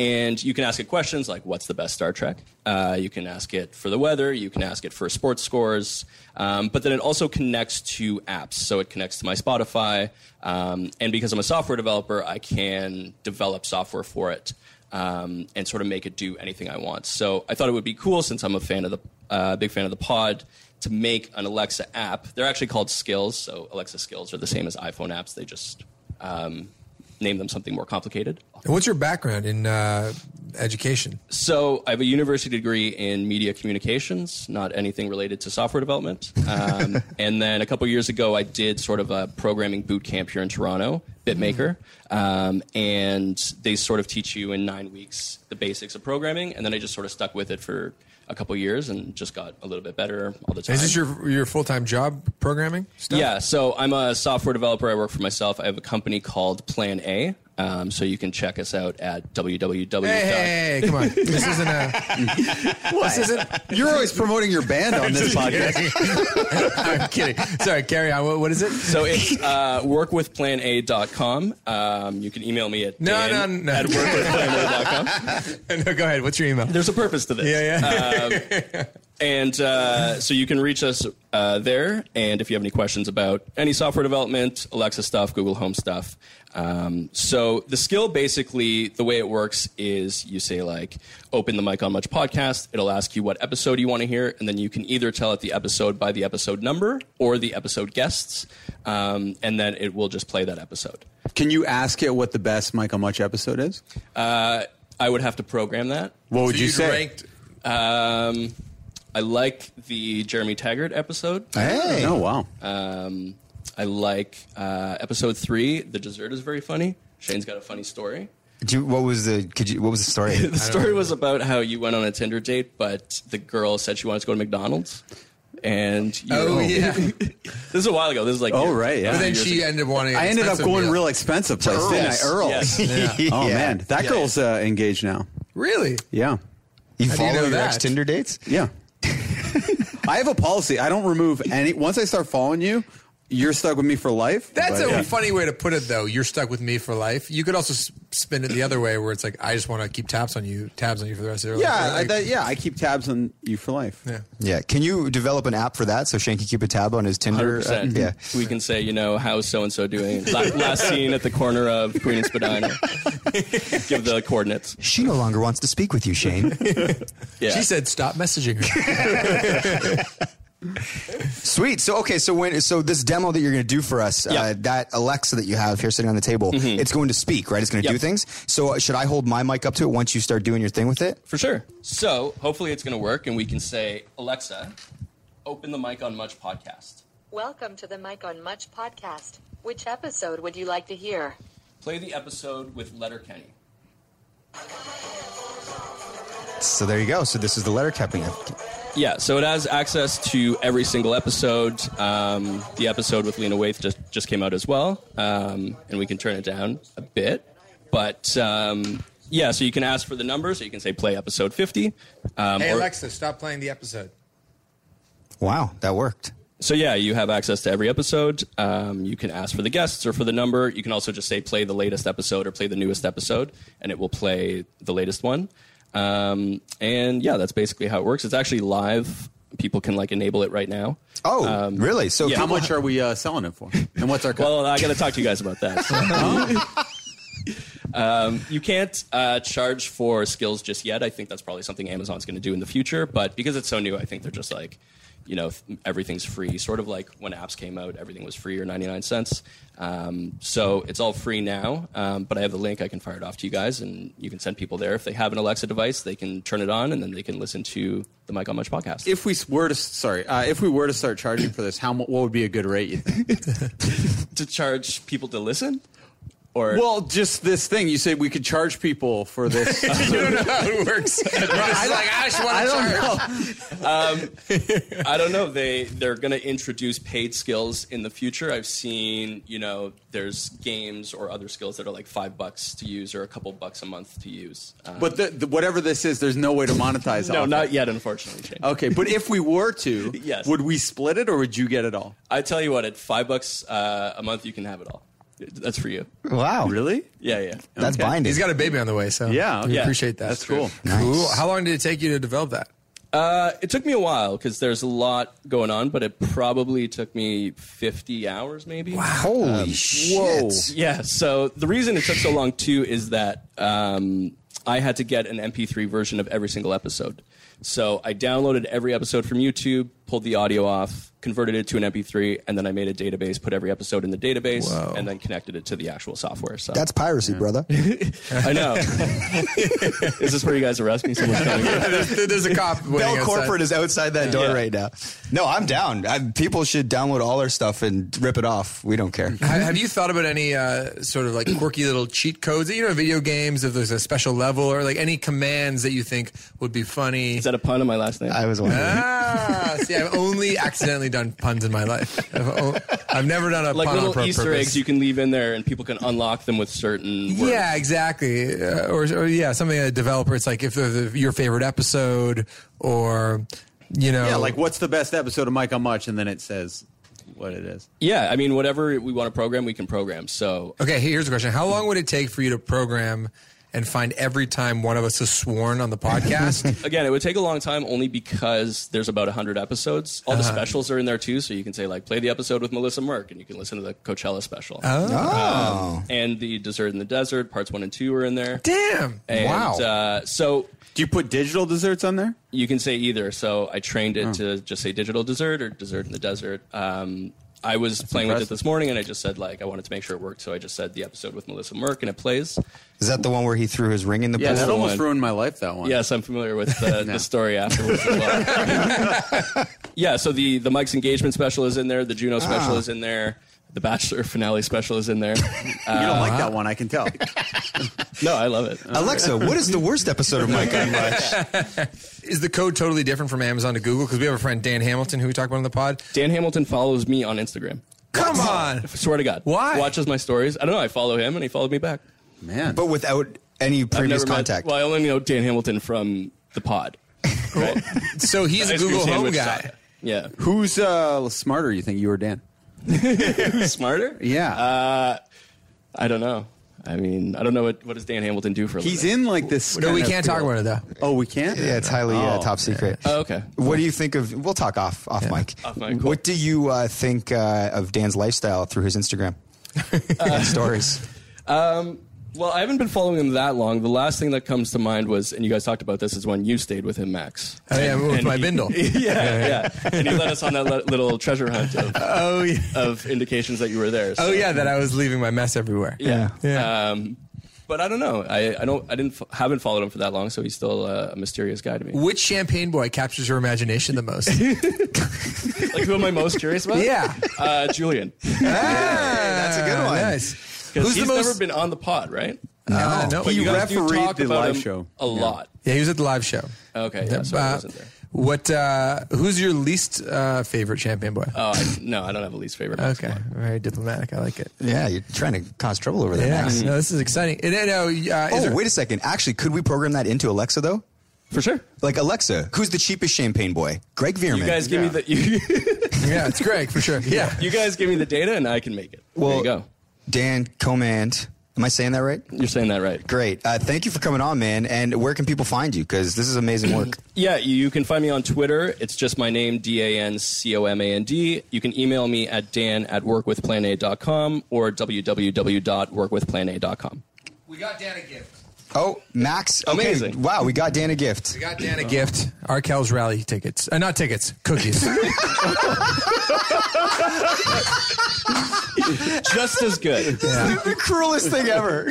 Speaker 4: And you can ask it questions like, what's the best Star Trek? Uh, you can ask it for the weather. You can ask it for sports scores. Um, but then it also connects to apps. So it connects to my Spotify. Um, and because I'm a software developer, I can develop software for it um, and sort of make it do anything I want. So I thought it would be cool since I'm a fan of the, uh, big fan of the pod to make an Alexa app. They're actually called skills. So Alexa skills are the same as iPhone apps. They just um, name them something more complicated.
Speaker 2: And What's your background in uh, education?
Speaker 4: So I have a university degree in media communications, not anything related to software development. Um, and then a couple years ago, I did sort of a programming boot camp here in Toronto, Bitmaker, um, and they sort of teach you in nine weeks the basics of programming. And then I just sort of stuck with it for a couple years and just got a little bit better all the time.
Speaker 2: Is this your your full time job programming stuff?
Speaker 4: Yeah, so I'm a software developer. I work for myself. I have a company called Plan A. Um, so you can check us out at www.
Speaker 2: Hey, hey, hey, come on. This isn't a.
Speaker 3: [laughs]
Speaker 2: this isn't.
Speaker 3: [laughs]
Speaker 2: [laughs]
Speaker 3: You're always promoting your band on this podcast.
Speaker 2: I'm kidding. Sorry, carry on. What, what is it?
Speaker 3: [laughs]
Speaker 4: So it's uh, workwithplana.com. Um, you can email me at
Speaker 2: No,
Speaker 4: dan
Speaker 2: no, no.
Speaker 4: at workwithplana.com.
Speaker 2: no, go ahead. What's your email?
Speaker 4: [laughs] There's a purpose to this.
Speaker 2: Yeah, [laughs] yeah.
Speaker 3: Uh,
Speaker 4: And uh, so you can reach us uh, there. And if you have any questions about any software development, Alexa stuff, Google Home stuff. Um, so the skill basically, the way it works is you say, like, open the mic on Much Podcast. It'll ask you what episode you want to hear. And then you can either tell it the episode by the episode number or the episode guests. Um, and then it will just play that episode.
Speaker 3: Can you ask it what the best Mike on Much episode is?
Speaker 4: I would have to program that.
Speaker 3: What would
Speaker 2: So
Speaker 3: you
Speaker 2: you'd
Speaker 3: say?
Speaker 2: ranked-
Speaker 4: Um, I like the Jeremy Taggart episode.
Speaker 1: Hey.
Speaker 3: Oh wow.
Speaker 4: Um, I like uh, episode three. The dessert is very funny. Shane's got a
Speaker 2: [laughs]
Speaker 4: funny story.
Speaker 1: Do you, what was the could you, what was the story?
Speaker 4: The story was about how you went on a Tinder date, but the girl said she wanted to go to McDonald's, and you [laughs]
Speaker 2: Oh,
Speaker 3: [laughs]
Speaker 2: yeah.
Speaker 4: this is a while ago. This is like
Speaker 3: Oh, right, yeah.
Speaker 2: But then
Speaker 4: years
Speaker 2: she
Speaker 4: ago.
Speaker 2: ended up wanting. an
Speaker 3: I ended up
Speaker 2: expensive
Speaker 3: going
Speaker 2: meal.
Speaker 3: real expensive place, didn't
Speaker 4: Yes,
Speaker 3: I? Earl's.
Speaker 4: yes.
Speaker 1: [laughs]
Speaker 3: Oh man, that
Speaker 4: Yeah.
Speaker 3: girl's uh, engaged now.
Speaker 2: Really?
Speaker 3: Yeah,
Speaker 1: you
Speaker 2: How do you
Speaker 1: follow
Speaker 2: know
Speaker 1: your
Speaker 2: that?
Speaker 1: ex Tinder dates?
Speaker 3: [laughs] yeah. I have a policy. I don't remove any. Once I start following you, You're stuck with me for life.
Speaker 2: That's
Speaker 3: but-
Speaker 2: a funny way to put it, though. You're stuck with me for life. You could also s- spin it the other way, where it's like, I just want to keep tabs on you, tabs on you for the rest of your life.
Speaker 3: yeah. I,
Speaker 2: Like,
Speaker 3: that, yeah, I keep tabs on you for life.
Speaker 2: yeah.
Speaker 1: Yeah. Can you develop an app for that so Shane can keep a tab on his Tinder? uh,
Speaker 4: 100%.
Speaker 1: yeah.
Speaker 4: We can say, you know, how's so and so doing? La- Last scene at the corner of Queen
Speaker 2: [laughs]
Speaker 4: and Spadina. Give the coordinates.
Speaker 1: She no longer wants to speak with you, Shane.
Speaker 4: Yeah.
Speaker 2: She said, stop messaging her.
Speaker 1: Sweet. So okay. So when so this demo that you're going to do for us, uh,
Speaker 4: Yeah.
Speaker 1: that Alexa that you have here sitting on the table, it's going to speak, right? It's going to
Speaker 4: Yep.
Speaker 1: do things. So uh, should I hold my mic up to it once you start doing your thing with it?
Speaker 4: For sure. So hopefully it's going to work, and we can say, Alexa, open the mic on Much Podcast.
Speaker 5: Welcome to the Mike on Much podcast. Which episode would you like to hear?
Speaker 4: Play the episode with Letter Kenny.
Speaker 1: So there you go. So this is the letter capping.
Speaker 4: Yeah, so it has access to every single episode. Um, the episode with Lena Waithe just, just came out as well, um, and we can turn it down a bit. But um, yeah, so you can ask for the numbers, so you can say play episode 50. [laughs] Um,
Speaker 2: hey,
Speaker 4: or-
Speaker 2: Alexa, stop playing the episode.
Speaker 1: Wow, that worked.
Speaker 4: So yeah, you have access to every episode. Um, you can ask for the guests or for the number. You can also just say play the latest episode or play the newest episode, and it will play the latest one. Um, and yeah, that's basically how it works. It's actually live. People can like enable it right now.
Speaker 1: Oh, really? So
Speaker 4: yeah.
Speaker 3: How much are we uh, selling it for? And what's [laughs] our?
Speaker 4: Well, I got to talk to you guys about that. um, you can't uh, charge for skills just yet. I think that's probably something Amazon's going to do in the future. But because it's so new, I think they're just like, you know, th- everything's free. Sort of like when apps came out, everything was free or 99 cents. Um, so it's all free now. Um, but I have the link. I can fire it off to you guys, and you can send people there. If they have an Alexa device, they can turn it on, and then they can listen to the Mike on Much podcast.
Speaker 3: if we were to sorry, uh, if we were to start charging for this, how mu- what would be a good rate? You think?
Speaker 4: to charge people to listen, or
Speaker 3: Well, just this thing you said we could charge people for [laughs] this.
Speaker 2: I don't know how it
Speaker 3: [laughs]
Speaker 2: works. You're just like, I just want to charge.
Speaker 4: I don't know. They they're going to introduce paid skills in the future. I've seen you know there's games or other skills that are like five bucks to use or a couple bucks a month to use. Um,
Speaker 3: But the, the, whatever this is, there's no way to monetize.
Speaker 4: no,
Speaker 3: off
Speaker 4: not
Speaker 3: it.
Speaker 4: yet, unfortunately. Shane.
Speaker 3: Okay, but if we were to, [laughs]
Speaker 4: Yes.
Speaker 3: would we split it or would you get it all?
Speaker 4: I tell you what, at five bucks uh, a month, you can have it all. That's for you.
Speaker 1: wow,
Speaker 3: Really?
Speaker 4: Yeah, yeah.
Speaker 1: That's
Speaker 3: Okay.
Speaker 1: binding.
Speaker 2: He's got a baby on the way, so
Speaker 3: Yeah,
Speaker 2: we
Speaker 3: yeah.
Speaker 2: appreciate that.
Speaker 3: That's cool.
Speaker 2: Cool.
Speaker 1: Nice.
Speaker 2: How long did it take you to develop that?
Speaker 4: Uh, it took me a while because there's a lot going on, but it probably took me 50 hours, maybe. Wow.
Speaker 1: Holy shit!
Speaker 3: whoa.
Speaker 4: Yeah. So the reason it took so long too is that um, I had to get an MP3 version of every single episode. So I downloaded every episode from YouTube, pulled the audio off, converted it to an MP3, and then I made a database, put every episode in the database,
Speaker 2: Whoa.
Speaker 4: and then connected it to the actual software. So
Speaker 1: That's piracy, brother.
Speaker 2: [laughs]
Speaker 4: I know. is this where you guys arrest me? Someone's coming. in.
Speaker 2: [laughs] there's, there's a cop. waiting
Speaker 1: Bell
Speaker 2: outside.
Speaker 1: Corporate is outside that door
Speaker 4: Yeah.
Speaker 1: right now. No, I'm down. I, people should download all our stuff and rip it off. We don't care.
Speaker 2: Ha- Have you thought about any uh, sort of like quirky little cheat codes? You know, video games, if there's a special level or like any commands that you think would be funny.
Speaker 4: Is that a pun on my last name?
Speaker 1: I was wondering.
Speaker 2: [laughs] ah, see, I've only accidentally done puns in my life. I've, o- I've never done a
Speaker 4: like
Speaker 2: pun on
Speaker 4: little
Speaker 2: pur-
Speaker 4: Easter
Speaker 2: purpose.
Speaker 4: eggs you can leave in there, and people can unlock them with certain. Words.
Speaker 2: yeah, exactly. Uh, or, or yeah, something a developer. It's like if they're the, your favorite episode, or you know,
Speaker 3: Yeah, like what's the best episode of Mike on Much? And then it says what it is.
Speaker 4: Yeah, I mean, whatever we want to program, we can program. So
Speaker 2: Okay, here's a question. How long would it take for you to program and find every time one of us is sworn on the
Speaker 4: [laughs]
Speaker 2: podcast?
Speaker 4: again, it would take a long time only because there's about 100 episodes. All the
Speaker 2: Uh-huh.
Speaker 4: specials are in there too, so you can say like play the episode with Melissa Merck and you can listen to the Coachella special.
Speaker 2: Oh. Uh,
Speaker 4: Ah.
Speaker 1: Oh.
Speaker 4: And the Dessert in the Desert parts 1 and 2 are in there.
Speaker 2: Damn.
Speaker 4: And,
Speaker 2: wow.
Speaker 4: Uh, so
Speaker 3: Do you put digital desserts on there?
Speaker 4: you can say either. So I trained
Speaker 2: Hmm.
Speaker 4: it to just say digital dessert or dessert in the desert. Um, I was playing with
Speaker 3: impressive.
Speaker 4: it this morning and I just said like I wanted to make sure it worked, so I just said the episode with Melissa Merck and it plays.
Speaker 1: Is that the one where he threw his ring in the
Speaker 3: Yeah,
Speaker 1: pool?
Speaker 3: that
Speaker 4: Cool
Speaker 3: almost
Speaker 4: one.
Speaker 3: ruined my life. That one.
Speaker 4: Yes, I'm familiar with the,
Speaker 3: No.
Speaker 4: the story afterwards as well. yeah, so the, the Mike's engagement special is in there, the Juno special is in there, the Bachelor finale special is in there.
Speaker 3: you
Speaker 4: Uh,
Speaker 3: don't like that one. I can [laughs] tell.
Speaker 4: no, I love it.
Speaker 1: Alexa, what is the worst episode of Mike
Speaker 4: [laughs]
Speaker 1: on Much?
Speaker 2: is the code totally different from Amazon to Google? Because we have a friend, Dan Hamilton, who we talked about on the pod.
Speaker 4: Dan Hamilton follows me on Instagram.
Speaker 2: Come on.
Speaker 4: Swear to God.
Speaker 2: Why?
Speaker 4: Watches my stories. I don't know. I follow him and he followed me back.
Speaker 3: Man,
Speaker 1: But without any
Speaker 4: I've
Speaker 1: previous
Speaker 4: never met-
Speaker 1: contact.
Speaker 4: well, I only know Dan Hamilton from the pod. Right?
Speaker 2: So he's a
Speaker 4: Ice cream
Speaker 2: Google Home
Speaker 4: sandwich
Speaker 2: guy.
Speaker 4: shop. Yeah.
Speaker 3: who's uh, smarter? You think you or Dan? Uh,
Speaker 4: Smarter?
Speaker 3: Yeah.
Speaker 4: I don't know. I mean, I don't know what, what does Dan Hamilton do for a
Speaker 3: He's
Speaker 4: living?
Speaker 3: in like this.
Speaker 2: No,
Speaker 3: kind
Speaker 2: we
Speaker 3: of
Speaker 2: can't
Speaker 3: field.
Speaker 2: talk about it though.
Speaker 3: Oh, we can't.
Speaker 1: Yeah, it's highly uh,
Speaker 3: Oh.
Speaker 1: top secret.
Speaker 4: Oh, okay.
Speaker 1: What do you think of? We'll talk off off mic.
Speaker 4: Off mic, cool.
Speaker 1: What do you uh, think uh, of Dan's lifestyle through his
Speaker 4: [laughs]
Speaker 1: Instagram and stories?
Speaker 4: Well, I haven't been following him that long. The last thing that comes to mind was, and you guys talked about this, is when you stayed with him, Max.
Speaker 2: Oh, [laughs] yeah,
Speaker 4: And-
Speaker 2: with
Speaker 4: and
Speaker 2: my
Speaker 4: he-
Speaker 2: bindle.
Speaker 4: yeah, [laughs] yeah, And he led us on that li- little treasure hunt of,
Speaker 2: Oh
Speaker 4: [laughs]
Speaker 2: yeah.
Speaker 4: of indications that you were there.
Speaker 2: Oh
Speaker 4: so-
Speaker 2: yeah, that I was leaving my mess everywhere.
Speaker 4: yeah,
Speaker 2: Yeah.
Speaker 4: Um, but I don't know. I, I don't. I didn't. Fo- haven't followed him for that long, so he's still uh, a mysterious guy to me.
Speaker 2: Which champagne boy captures your imagination the
Speaker 4: [laughs]
Speaker 2: most?
Speaker 4: Like who am I most curious about?
Speaker 2: [laughs] yeah.
Speaker 4: uh,
Speaker 2: [laughs]
Speaker 4: Julian.
Speaker 1: that's a good one.
Speaker 2: Nice.
Speaker 4: Because
Speaker 2: Who's
Speaker 4: he's
Speaker 2: the most?
Speaker 4: never been on the pod, right?
Speaker 2: Uh, no,
Speaker 4: But
Speaker 3: He
Speaker 4: you guys do
Speaker 3: refereed
Speaker 4: talk
Speaker 3: the
Speaker 4: about
Speaker 3: live
Speaker 4: him
Speaker 3: show.
Speaker 4: a lot.
Speaker 2: yeah, he was at the live show.
Speaker 4: Okay, yeah,
Speaker 2: Uh,
Speaker 4: so I wasn't there.
Speaker 2: What? Uh, who's your least uh, favorite champagne boy?
Speaker 4: Oh I, no, I don't have a least favorite. Max
Speaker 2: okay,
Speaker 4: Klein.
Speaker 2: very diplomatic. I like it.
Speaker 1: Yeah, you're trying to cause trouble over there.
Speaker 2: Yeah,
Speaker 1: Max.
Speaker 2: no, this is exciting. And, uh, no, uh, is
Speaker 1: Oh,
Speaker 2: there-
Speaker 1: wait a second. Actually, could we program that into Alexa though?
Speaker 4: for sure.
Speaker 1: Like Alexa, who's the cheapest champagne boy? Greg Vierman.
Speaker 4: You guys give me the [laughs] you,
Speaker 2: yeah, it's Greg for
Speaker 4: [laughs]
Speaker 2: sure. Yeah,
Speaker 4: you guys give me the data and I can make it.
Speaker 1: well,
Speaker 4: there you go.
Speaker 1: Dan Command. Am I saying that right?
Speaker 4: You're saying that right.
Speaker 1: Great. Uh, thank you for coming on, man. And where can people find you? Because this is amazing work.
Speaker 4: Yeah, you you can find me on Twitter. It's just my name, D A N C O M A N D. You can email me at dan at workwithplana.com or www.workwithplana.com.
Speaker 2: we got Dan a gift.
Speaker 1: oh, Max. Okay.
Speaker 4: Amazing.
Speaker 1: Wow, we got Dan a gift.
Speaker 2: We got Dan a gift. Arkell's rally tickets, uh, not tickets,
Speaker 4: [laughs]
Speaker 2: cookies.
Speaker 4: Just as good.
Speaker 1: the cruelest thing ever.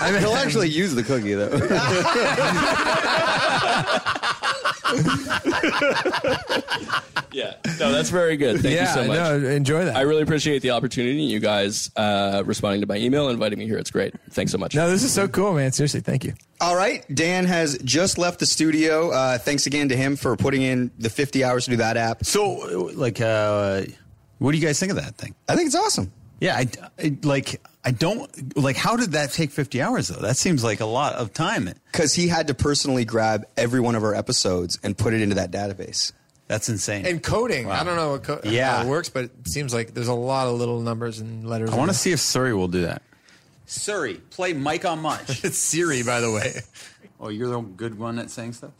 Speaker 2: I mean,
Speaker 6: He'll actually use the cookie
Speaker 3: [laughs]
Speaker 6: though.
Speaker 4: Yeah. No, that's very good. Thank
Speaker 2: yeah,
Speaker 4: you so much.
Speaker 2: no, enjoy that.
Speaker 4: I really appreciate the opportunity. You guys uh, responding to my email, inviting me here. It's great. Thanks so much.
Speaker 2: no, this is so cool, man. Seriously, thank you.
Speaker 1: All right. Dan has just left the studio. Uh, thanks again to him for putting in the 50 hours to do that app.
Speaker 3: So, like, uh, what do you guys think of that thing?
Speaker 1: I think it's awesome.
Speaker 3: Yeah, I, I- like. I don't like. How did that take fifty hours though? That seems like a lot of time.
Speaker 1: Because he had to personally grab every one of our episodes and put it into that database.
Speaker 3: That's insane.
Speaker 2: And coding, I don't know what co-
Speaker 3: Yeah.
Speaker 2: how it works, but it seems like there's a lot of little numbers and letters.
Speaker 3: I want
Speaker 2: in
Speaker 3: to see if Surrey will do that. Surrey, play Mike on [laughs] Much.
Speaker 2: there. It's Siri, by the way.
Speaker 3: oh, you're the good one at saying [laughs] stuff.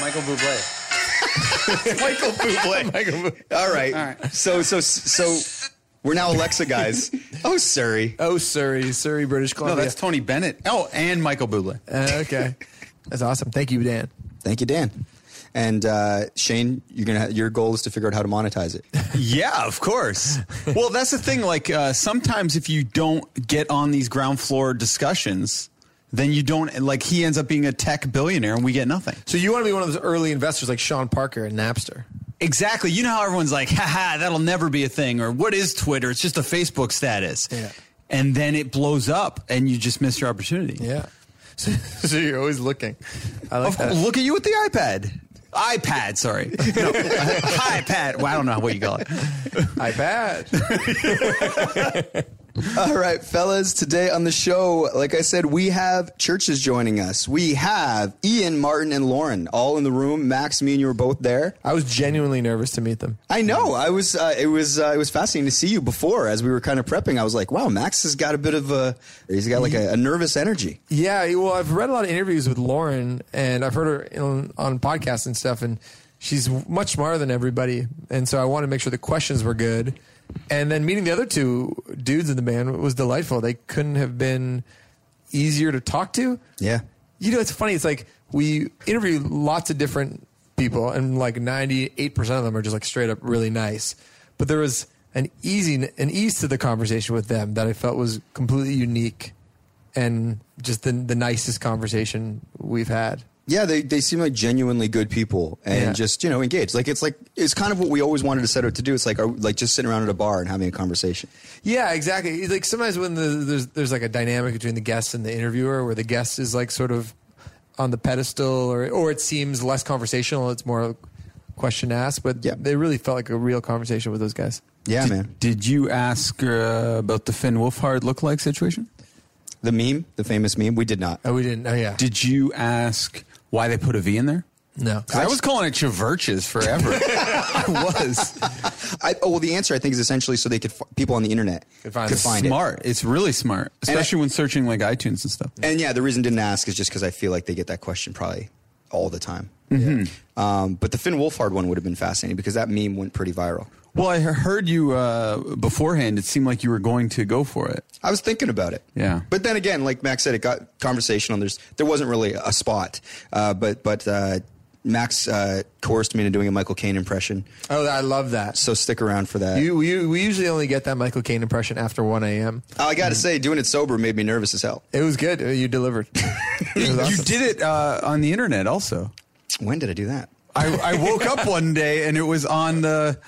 Speaker 3: Michael Bublé.
Speaker 1: Michael Bublé. All right. All right. So so so we're now Alexa guys. oh, sorry.
Speaker 2: Oh, Surrey, Surrey, British
Speaker 3: No,
Speaker 2: Columbia.
Speaker 3: that's Tony Bennett. Oh, and Michael Bublé.
Speaker 2: Uh, okay, that's awesome. Thank you, Dan.
Speaker 1: Thank you, Dan. And uh, Shane, you're gonna ha- your goal is to figure out how to monetize it.
Speaker 3: Yeah, of course. well, that's the thing. Like uh, sometimes if you don't get on these ground floor discussions, then you don't like he ends up being a tech billionaire and we get nothing.
Speaker 2: So you want to be one of those early investors like Sean Parker and Napster?
Speaker 3: Exactly. You know how everyone's like, haha, that'll never be a thing, or what is Twitter? It's just a Facebook status.
Speaker 2: Yeah.
Speaker 3: And then it blows up and you just miss your opportunity.
Speaker 2: Yeah. So, [laughs] so you're always looking. I like
Speaker 3: Of-
Speaker 2: that.
Speaker 3: look at you with the iPad. iPad, sorry. No, iPad. Well, I don't know what you call it.
Speaker 2: I bet.
Speaker 1: All right, fellas. Today on the show, like I said, we have churches joining us. We have Ian, Martin, and Lauren all in the room. Max, me, and you were both there.
Speaker 2: I was genuinely nervous to meet them.
Speaker 1: I know. I was. Uh, it was. Uh, it was fascinating to see you before as we were kind of prepping. I was like, wow, Max has got a bit of a. He's got like a, a nervous energy.
Speaker 2: Yeah, well, I've read a lot of interviews with Lauren, and I've heard her in, on podcasts and stuff, and she's much smarter than everybody. And so I wanted to make sure the questions were good. And then meeting the other two dudes in the band was delightful. They couldn't have been easier to talk to.
Speaker 1: Yeah.
Speaker 2: You know, it's funny. It's like we interview lots of different people, and like ninety eight percent of them are just like straight up really nice. But there was an easy, an ease to the conversation with them that I felt was completely unique, and just the the nicest conversation we've had.
Speaker 1: Yeah, they, they seem like genuinely good people and
Speaker 2: Yeah.
Speaker 1: just, you know, engaged. Like it's like it's kind of what we always wanted to set out to do. It's like are, like just sitting around at a bar and having a conversation.
Speaker 2: Yeah, exactly. It's Like sometimes when the, there's there's like a dynamic between the guest and the interviewer, where the guest is like sort of on the pedestal, or or it seems less conversational. It's more question asked, but
Speaker 1: Yeah.
Speaker 2: they really felt like a real conversation with those guys.
Speaker 1: Yeah,
Speaker 3: did,
Speaker 1: man.
Speaker 3: Did you ask uh, about the Finn Wolfhard look-alike situation?
Speaker 1: The meme, the famous meme, we did not.
Speaker 2: Oh, we didn't. Oh, yeah.
Speaker 3: Did you ask why they put a V in there?
Speaker 2: No.
Speaker 3: 'Cause I was calling it Chaverches forever. I was.
Speaker 1: I, oh well, the answer I think is essentially so they could f- people on the internet
Speaker 2: Could find it.
Speaker 3: Smart. It's really smart, especially when searching like iTunes and stuff.
Speaker 1: And yeah, the reason didn't ask is just because I feel like they get that question probably all the time.
Speaker 3: Mm-hmm.
Speaker 1: Um, but the Finn Wolfhard one would have been fascinating because that meme went pretty viral.
Speaker 3: Well, I he- heard you uh, beforehand. It seemed like you were going to go for it.
Speaker 1: I was thinking about it.
Speaker 3: Yeah.
Speaker 1: But then again, like Max said, it got conversational. There's there wasn't really a spot, uh, but but uh, Max uh, coerced me into doing a Michael Caine impression.
Speaker 2: Oh, I love that.
Speaker 1: So stick around for that.
Speaker 2: You, you, we usually only get that Michael Caine impression after 1 a.m.
Speaker 1: I got to
Speaker 3: Mm-hmm.
Speaker 1: say, doing it sober made me nervous as hell.
Speaker 2: It was good. Uh, [laughs] You delivered. It was
Speaker 3: You
Speaker 2: awesome.
Speaker 3: did it uh, on the internet also.
Speaker 1: When did I do that?
Speaker 3: I, I woke up one day and it was on the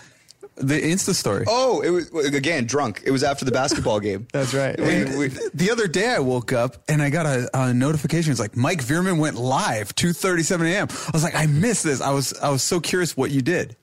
Speaker 3: the Insta story.
Speaker 1: Oh, it was again drunk. It was after the basketball game.
Speaker 2: [laughs] That's right.
Speaker 1: We-
Speaker 3: And
Speaker 1: we-
Speaker 3: the other day I woke up and I got a, a notification. It's like Mike Veerman went live 2:37 a.m. I was like, I missed this. I was I was so curious what you did.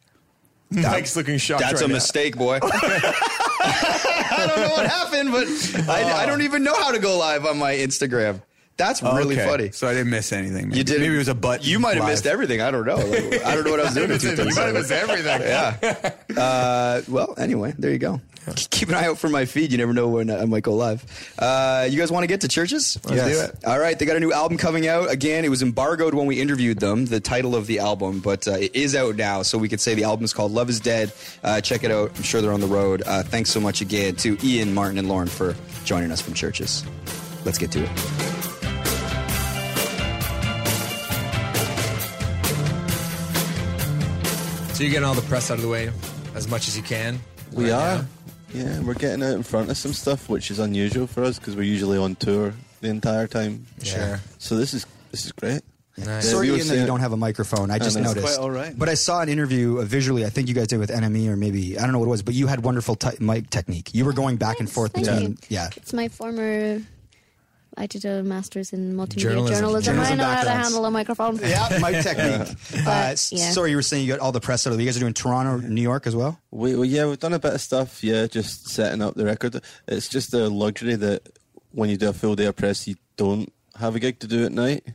Speaker 2: Mike's looking shocked.
Speaker 1: That's
Speaker 2: right
Speaker 1: a
Speaker 2: now.
Speaker 1: mistake,
Speaker 2: [laughs]
Speaker 1: boy. [laughs] I don't know what happened, but I, I don't
Speaker 2: Oh.
Speaker 1: even know how to go live on my Instagram. That's really
Speaker 3: Okay.
Speaker 1: funny.
Speaker 3: So I didn't miss anything. Maybe.
Speaker 1: You did.
Speaker 3: Maybe it was a butt.
Speaker 1: You might have missed
Speaker 3: live.
Speaker 1: everything. I
Speaker 2: [laughs]
Speaker 1: don't know. Like, I don't know what I was doing. at
Speaker 2: You might have
Speaker 1: 2:37.
Speaker 2: missed everything.
Speaker 1: [laughs] Yeah. Uh, well, anyway, there you go. Keep an eye out for my feed. You never know when I might go live. Uh, you guys want to get to churches? Let's
Speaker 2: Yes.
Speaker 1: do it. All right, they got a new album coming out. Again, it was embargoed when we interviewed them, the title of the album, but uh, it is out now. So we could say the album is called Love is Dead. Uh, check it out. I'm sure they're on the road. Uh, thanks so much again to Ian, Martin, and Lauren for joining us from churches. Let's get to it.
Speaker 2: So you're getting all the press out of the way as much as you can. right
Speaker 6: We are.
Speaker 2: now.
Speaker 6: Yeah, we're getting out in front of some stuff, which is unusual for us because we're usually on tour the entire time.
Speaker 2: Sure.
Speaker 6: So this is this is great.
Speaker 2: Nice.
Speaker 6: Yeah,
Speaker 1: Sorry,
Speaker 6: we
Speaker 1: Ian,
Speaker 6: were
Speaker 1: that you
Speaker 6: saying-
Speaker 1: don't have a microphone. I just
Speaker 6: that's
Speaker 1: noticed.
Speaker 6: quite all right.
Speaker 1: But I saw an interview uh, visually. I think you guys did with NME or maybe I don't know what it was. But you had wonderful t- mic technique. You were going back and
Speaker 7: Thanks,
Speaker 1: forth
Speaker 7: thank
Speaker 1: between.
Speaker 7: you.
Speaker 1: Yeah.
Speaker 7: It's my former. I did a master's in multimedia
Speaker 2: Journalism.
Speaker 7: journalism.
Speaker 1: Journalism
Speaker 7: I know how to
Speaker 1: backgrounds.
Speaker 7: handle a microphone.
Speaker 1: Yeah, mic technique. [laughs] Uh, s-
Speaker 7: yeah.
Speaker 1: Sorry, you were saying you got all the press out of it. You guys are doing Toronto, New York as well.
Speaker 6: We, well, yeah, we've done a bit of stuff. Yeah, just setting up the record. It's just a luxury that when you do a full day of press, you don't have a gig to do
Speaker 2: [laughs]
Speaker 6: at night,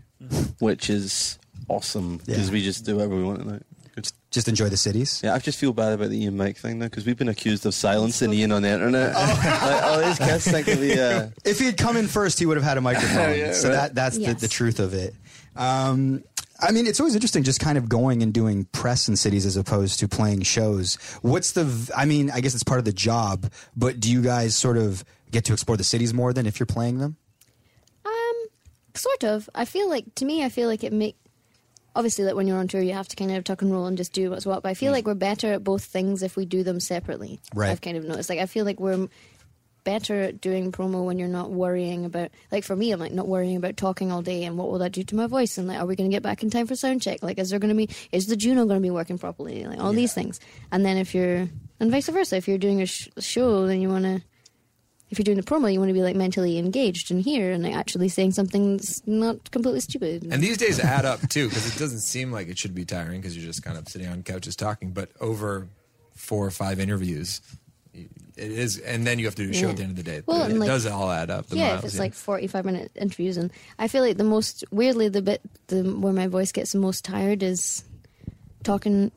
Speaker 6: which is awesome because
Speaker 1: Yeah.
Speaker 6: we just do whatever we want at night. Good.
Speaker 1: Just enjoy the cities.
Speaker 6: Yeah, I just feel bad about the Ian Mike thing now because we've been accused
Speaker 1: [laughs]
Speaker 6: of silencing Ian on the internet.
Speaker 1: Oh.
Speaker 6: [laughs] like, all these kids think that we. Uh,
Speaker 1: If he had come in first, he would have had a microphone. so that that's
Speaker 7: Yes.
Speaker 1: the, the truth of it. Um, I mean, it's always interesting just kind of going and doing press in cities as opposed to playing shows. What's the? v- I mean, I guess it's part of the job, but do you guys sort of get to explore the cities more than if you're playing them?
Speaker 7: Um, sort of. I feel like to me, I feel like it make. Obviously, like when you're on tour, you have to kind of tuck and roll and just do what's what. But I feel like we're better at both things if we do them separately.
Speaker 1: Mm. Right.
Speaker 7: I've kind of noticed. Like I feel like we're better at doing promo when you're not worrying about. Like for me, I'm like not worrying about talking all day and what will that do to my voice and like are we going to get back in time for sound check? Like is there going to be is the Juno going to be working properly? Like all these things. And then if you're and vice versa, if you're doing a sh- show, then you want to if you're doing a promo, you want to be like mentally engaged and here and like, actually saying something that's not completely stupid.
Speaker 2: And these days add up too, because it doesn't seem like it should be tiring because you're just kind of sitting on couches talking. But over four or five interviews, it is, and then you have to do a show at the end of the day.
Speaker 7: Well,
Speaker 2: it
Speaker 7: and, like-
Speaker 2: does all add up. The
Speaker 7: yeah,
Speaker 2: miles,
Speaker 7: if it's like 45 minute interviews, and I feel like the most weirdly the bit the where my voice gets the most tired is talking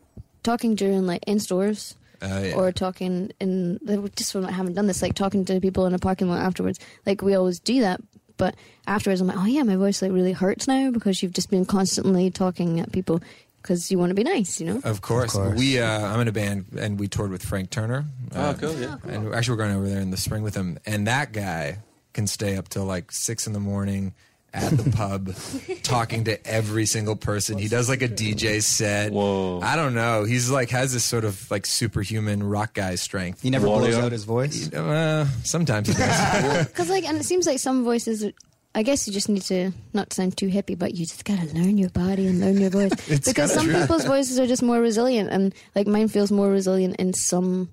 Speaker 7: talking during like in stores.
Speaker 2: Oh, yeah.
Speaker 7: Or talking in just when I haven't done this, like talking to people in a parking lot afterwards. Like we always do that, but afterwards I'm like, oh yeah, my voice like really hurts now because you've just been constantly talking at people because you want to be nice, you know.
Speaker 2: Of course. We uh, I'm in a band and we toured with Frank Turner. Uh,
Speaker 6: Oh, cool, yeah.
Speaker 2: And actually we're going over there in the spring with him. And that guy can stay up till like six in the morning at [laughs] the pub talking to every single person. He does like a DJ set.
Speaker 6: Whoa.
Speaker 2: I don't know. He's like has this sort of like superhuman rock guy strength.
Speaker 1: He never blows
Speaker 6: Warrior.
Speaker 1: out his voice.
Speaker 2: uh, sometimes he does. [laughs]
Speaker 7: Because like, and it seems like some voices. I guess you just need to not to sound too hippie, but you just gotta learn your body and learn your voice.
Speaker 2: [laughs]
Speaker 7: because some people's voices are just more resilient, and like mine feels more resilient in some